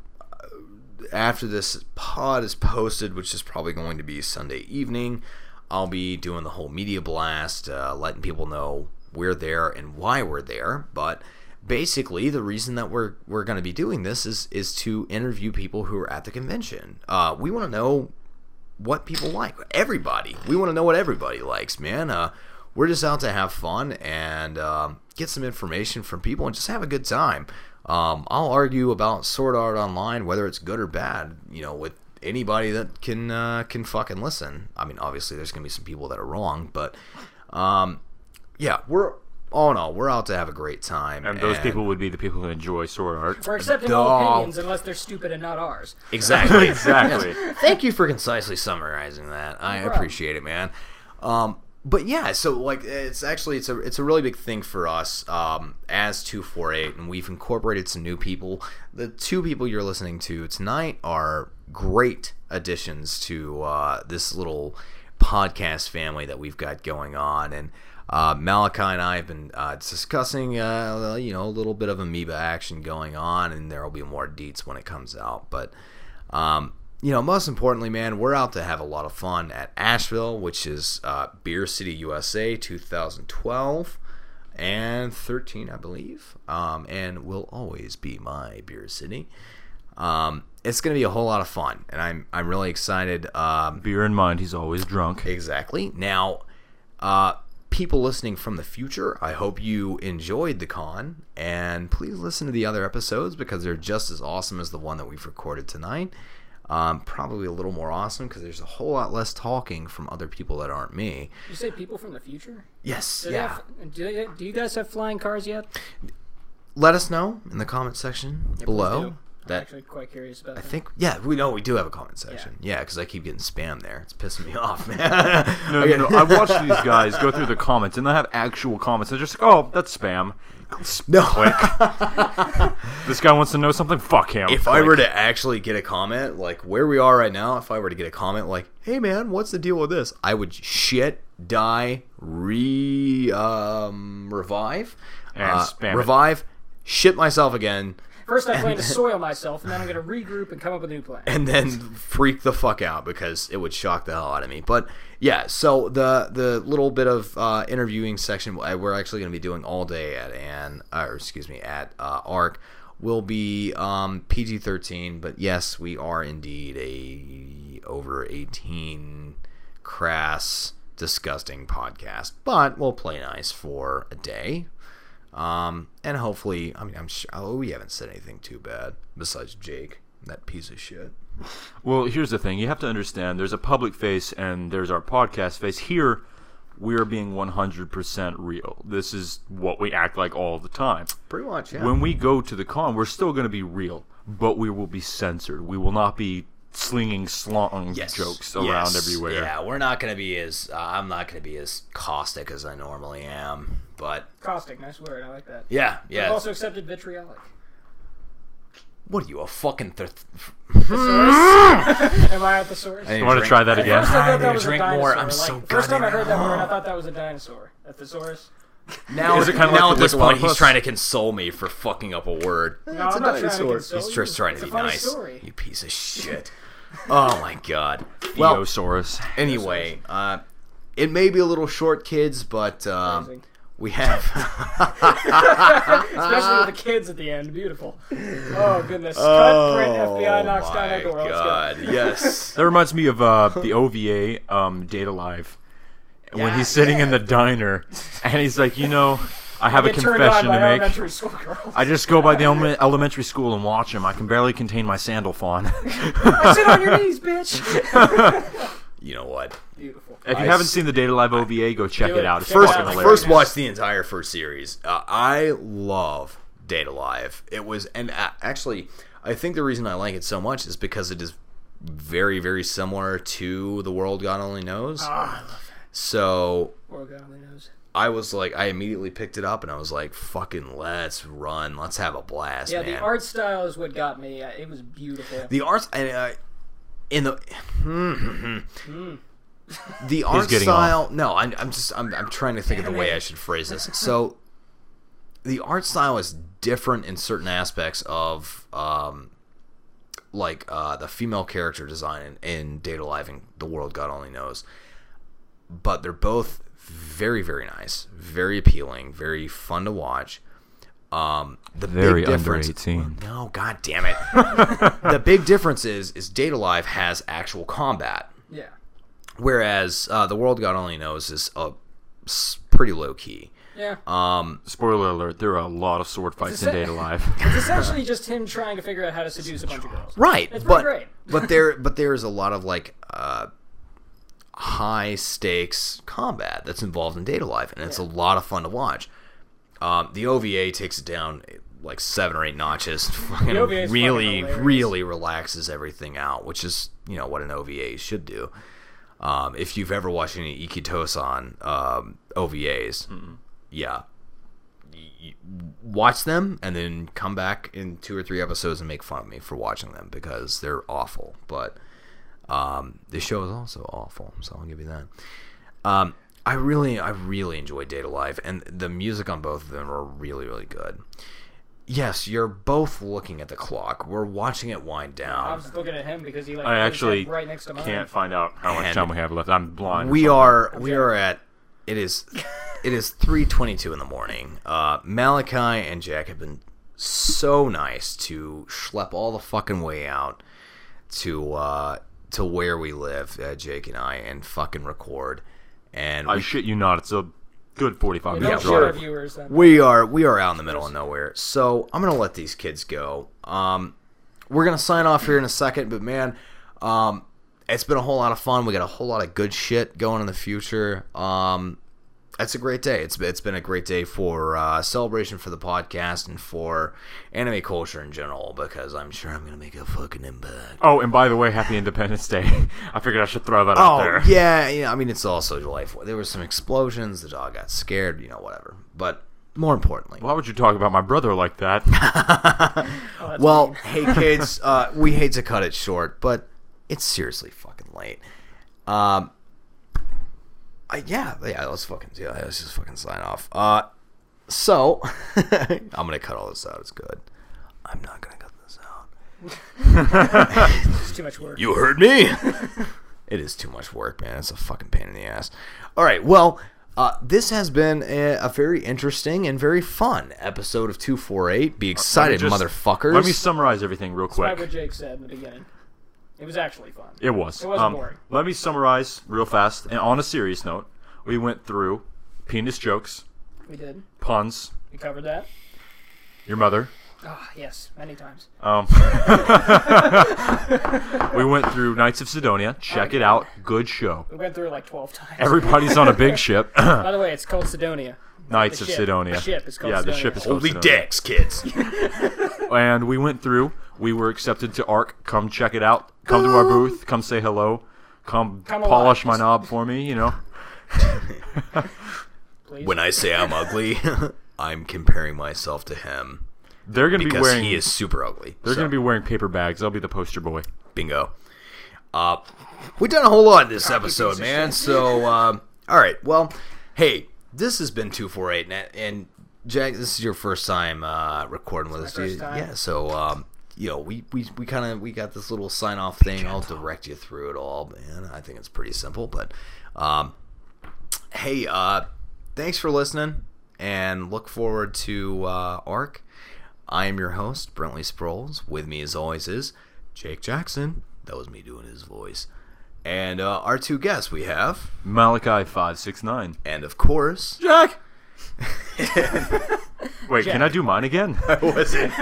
S2: after this pod is posted, which is probably going to be Sunday evening, I'll be doing the whole media blast, uh, letting people know we're there and why we're there. But basically, the reason that we're we're going to be doing this is is to interview people who are at the convention. Uh, we want to know what people like. Everybody. We want to know what everybody likes, man. Uh, we're just out to have fun and um, get some information from people and just have a good time. Um, I'll argue about Sword Art Online, whether it's good or bad, you know, with anybody that can uh, can fucking listen. I mean, obviously, there's gonna be some people that are wrong, but um, yeah, we're all in all, we're out to have a great time.
S3: And those people would be the people who enjoy sword art.
S4: We're accepting
S2: Duh.
S4: all opinions unless they're stupid and not ours.
S2: exactly,
S3: Exactly.
S2: Thank you for concisely summarizing that. I
S4: problem.
S2: appreciate it, man. Um, but yeah, so like it's actually it's a it's a really big thing for us um, as two four eight, and we've incorporated some new people. The two people you're listening to tonight are great additions to uh, this little podcast family that we've got going on, and uh, Malachi and I have been uh, discussing, uh, you know, a little bit of amoeba action going on, and there will be more deets when it comes out. But, um, you know, most importantly, man, we're out to have a lot of fun at Asheville, which is uh, Beer City, USA, 2012 and 13, I believe, um, and will always be my Beer City. Um, it's going to be a whole lot of fun, and I'm I'm really excited. Um,
S3: Beer in mind, he's always drunk.
S2: Exactly. Now, uh, people listening from the future, I hope you enjoyed the con, and please listen to the other episodes because they're just as awesome as the one that we've recorded tonight. Um, probably a little more awesome because there's a whole lot less talking from other people that aren't me.
S4: You say people from the future?
S2: Yes,
S4: Do, they
S2: yeah.
S4: have, do, they, do you guys have flying cars yet?
S2: Let us know in the comment section below.
S4: do. I'm
S2: Oh, That
S4: actually quite curious about
S2: I think, yeah, we know we do have a comment section. Yeah, because I keep getting spam there. It's pissing me off, man.
S3: No, no, no. I watch these guys go through the comments, and they have actual comments. They're just like, oh, that's spam.
S2: no.
S3: This guy wants to know something. Fuck him.
S2: if I were to actually get a comment, like where we are right now, if I were to get a comment like, "Hey man, what's the deal with this?" I would shit, die, re um revive, Uh,
S3: And spam it.
S2: revive, shit myself again,
S4: First, I plan to soil myself, and then I'm going to regroup and come up with a new plan.
S2: and then freak the fuck out because it would shock the hell out of me. But yeah, so the the little bit of uh, interviewing section I- we're actually going to be doing all day at Ann, or excuse me, at uh, Arc will be um, PG thirteen. But yes, we are indeed a over eighteen crass, disgusting podcast. But we'll play nice for a day. Um, and hopefully, I mean, I'm sure. Oh, we haven't said anything too bad besides Jake, that piece of shit.
S3: Well, here's the thing. You have to understand there's a public face and there's our podcast face. Here, we're being 100% real. This is what we act like all the time.
S2: Pretty much, yeah.
S3: When we go to the con, we're still going to be real, but we will be censored. We will not be slinging slong
S2: Yes.
S3: jokes around
S2: Yes.
S3: everywhere.
S2: Yeah, we're not gonna be as uh, I'm not gonna be as caustic as I normally am, but
S4: Caustic, nice word. I like that.
S2: yeah,
S4: I've
S2: yeah.
S4: also accepted vitriolic.
S2: what are you a fucking? Th-
S4: Am I at the source?
S3: You want to try that again?
S4: First I thought
S2: I
S4: that
S2: need
S4: was
S2: to
S4: a
S2: drink
S4: dinosaur.
S2: more. I'm
S4: like,
S2: so
S4: first time I heard that
S2: goddamn-
S4: word, I thought that was a dinosaur. At thesaurus.
S2: Now,
S3: Is it kinda like
S2: now
S3: the
S2: at this point, he's
S3: Wicklowampus?
S2: trying to console me for fucking up a word.
S4: No, I'm not trying to console
S2: He's
S4: you.
S2: just trying
S4: It's
S2: to
S4: a
S2: be
S4: funny
S2: nice.
S4: Story.
S2: You piece of shit. oh my god. Well,
S3: Theosaurus.
S2: anyway, uh, it may be a little short, kids, but um,
S4: Amazing.
S2: we have.
S4: Especially with the kids at the end. Beautiful. Oh goodness. Cut. Print. FBI knocks down our
S2: Oh my
S4: door. Let's go.
S2: god! Yes.
S3: That reminds me of uh, the OVA, um, Data Live, when
S4: Yeah,
S3: he's sitting in
S4: yeah.
S3: the diner and he's like, you know, I have a
S4: Get turned on
S3: confession
S4: by
S3: to make.
S4: elementary school girls.
S3: I just go by the eleme- elementary school and watch him. I can barely contain my sandal fawn.
S4: Sit on your knees, bitch.
S2: You know what?
S4: Beautiful.
S3: If you
S2: I
S3: haven't
S2: s-
S3: seen the Data Live OVA, go check
S4: Do
S3: it
S4: it.
S3: out. It's
S4: Check it
S3: first,
S2: First,
S4: out.
S3: fucking hilarious.
S2: first watch the entire first series. Uh, I love Data Live. It was, and uh, actually, I think the reason I like it so much is because it is very, very similar to The World God Only Knows.
S4: Uh-huh. Ah,
S2: So
S4: Poor guy on the nose.
S2: I was like, I immediately picked it up and I was like, fucking let's run, let's have a blast,
S4: Yeah,
S2: man.
S4: the art style is what got me. Uh, It was beautiful.
S2: the arts, and uh, in the. The art
S3: getting
S2: style. No, I'm, I'm just I'm, I'm trying to think of the way I should phrase this. So, the art style is different in certain aspects of um, like uh, the female character design in, in Data Live and The World God Only Knows. But they're both very very nice, very appealing, very fun to watch. Um, the
S3: Very
S2: big
S3: under
S2: difference,
S3: 18.
S2: No, god damn it. the big difference is is Data Live has actual combat.
S4: yeah.
S2: Whereas uh, the world God only knows is a s- pretty low key. Um,
S4: Yeah.
S3: Spoiler alert: There are a lot of sword fights in
S4: a-
S3: Data Live.
S4: It's essentially just him trying to figure out how to seduce a bunch of girls.
S2: Right,
S4: It's pretty
S2: but
S4: great.
S2: but there but there is a lot of like uh, high stakes combat that's involved in Data Life, and it's a lot of fun to watch. Um, the OVA takes it down eh, like seven or eight notches. Fucking
S4: OVA is fucking
S2: really,
S4: hilarious.
S2: really relaxes everything out, which is you know what an OVA should do. Um, if you've ever watched any Ikitosan um, OVAs, yeah, y- y- watch them and then come back in two or three episodes and make fun of me for watching them because they're awful. But um, the show is also awful, so I'll give you that. Um, I really, I really enjoyed Data Live, and the music on both of them are really, really good. Yes, you're both looking at the clock. We're watching it wind
S4: I
S2: down.
S4: was looking at him because he like
S3: I
S4: he's
S3: actually
S4: right next to mine.
S3: Can't find out how much
S2: And-
S3: time we have left. I'm blind.
S2: We are, we are at. It is, it is three twenty-two in the morning. Uh, Malachi and Jack have been so nice to schlep all the fucking way out to uh, to where we live, uh, Jake and I, and fucking record. And
S3: I
S2: we
S3: shit you not. It's a good 45
S4: Don't
S3: minute
S4: show our
S3: drive.
S4: viewers that.
S2: we are we are out in the middle of nowhere so i'm gonna let these kids go um we're gonna sign off here in a second but man um it's been a whole lot of fun we got a whole lot of good shit going in the future um it's a great day. It's it's been a great day for uh, celebration for the podcast and for anime culture in general because I'm sure I'm gonna make a fucking impact.
S3: Oh, and by the way, Happy Independence Day. I figured I should throw that out there.
S2: yeah, yeah. I mean, it's also July Fourth. There were some explosions. The dog got scared. You know, whatever. But more importantly,
S3: Why would you talk about my brother like that?
S2: Well, hey kids, uh, we hate to cut it short, but it's seriously fucking late. Um, uh, yeah, yeah, let's fucking do it. Let's just fucking sign off. Uh, so I'm gonna cut all this out. It's good. I'm not gonna cut this out.
S4: It's too much work.
S2: You heard me. it is too much work, man. It's a fucking pain in the ass. All right, well. Uh, this has been a, a very interesting and very fun episode of 248. Be excited,
S3: Uh, just-
S2: motherfuckers.
S3: Let me summarize everything real
S4: That's what
S3: quick.
S4: Jake said in the beginning. It was actually fun.
S3: It was. um,
S4: It wasn't boring.
S3: Let me summarize real fast. And on a serious note, we went through penis jokes,
S4: We did.
S3: puns,
S4: We covered that.
S3: your mother.
S4: Ah, yes, many times.
S3: Um, we went through Knights of Sidonia. Check it out. Good show.
S4: We went through it like twelve times.
S3: Everybody's on a big ship.
S4: By the way, it's called Sidonia.
S3: Knights
S4: The
S3: of
S4: ship.
S3: Sidonia.
S4: The ship is called
S3: yeah, the
S4: Sidonia.
S3: ship is called
S2: Holy
S3: Sidonia.
S2: dicks, kids.
S3: and we went through. We were accepted to ARC. Come check it out. Come to our booth. Come say hello. Come,
S4: Come alive.
S3: polish my knob for me. You know.
S4: Please.
S2: When I say I'm ugly, I'm comparing myself to him
S3: They're gonna be
S2: because
S3: wearing.
S2: he is super ugly.
S3: They're gonna be wearing paper bags. I'll be the poster boy.
S2: bingo. Uh, we've done a whole lot this episode, man. So, um, all right. Well, hey, this has been two four eight, and, and Jack, this is your first time uh, recording with us,
S4: my first
S2: dude.
S4: time.
S2: Yeah. So, um, you know, we we, we kind of we got this little sign off thing. I'll direct you through it all, man. I think it's pretty simple, but um, hey, uh, thanks for listening, and look forward to uh, Arc. I am your host, Brentley Sproles. With me, as always, is Jake Jackson. That was me doing his voice. And uh, our two guests we have,
S3: Malachi five six nine.
S2: and of course,
S3: Jack. Wait, can I do mine again?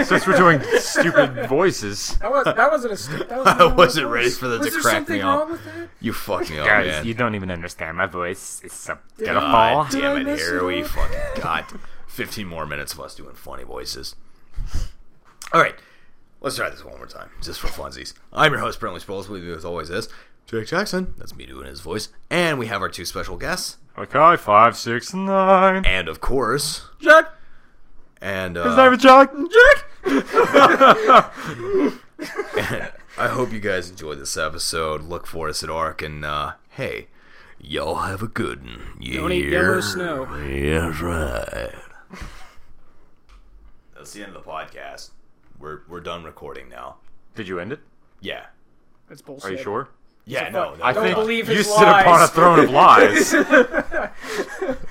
S3: Since we're doing stupid voices.
S4: That, was, that wasn't a st- that wasn't
S2: I
S4: a normal
S2: wasn't
S4: voice.
S2: ready for that
S4: was
S2: to
S4: there
S2: crack
S4: something
S2: me up.
S4: wrong with that?
S2: you fucked me up,
S5: Guys,
S2: man.
S5: you don't even understand. My voice is so
S2: God
S5: pitiful.
S2: damn
S4: Did I
S2: it!
S4: mess
S2: Here
S4: it
S2: we
S4: up?
S2: fucking got 15 more minutes of us doing funny voices. All right, let's try this one more time, just for funsies. I'm your host, Brentley Sproles. With me, as always, is Jake Jackson. That's me doing his voice, and we have our two special guests,
S3: Malachi five six
S5: Eh.
S3: nine.
S2: and of course,
S3: Jack.
S2: and
S3: His name
S2: uh,
S3: is Jack. Jack.
S2: I hope you guys enjoyed this episode. Look for us at ARC, and uh, hey, y'all have a good one. Yeah,
S4: Don't eat yellow snow.
S2: yeah, right. That's the end of the podcast. We're we're done recording now.
S3: Did you end it?
S2: Yeah.
S4: That's bullshit.
S3: Are you sure?
S2: Yeah, no, no.
S3: I
S2: no.
S3: think
S4: believe
S3: you
S4: his
S3: sit upon a
S4: lies.
S3: throne of lies.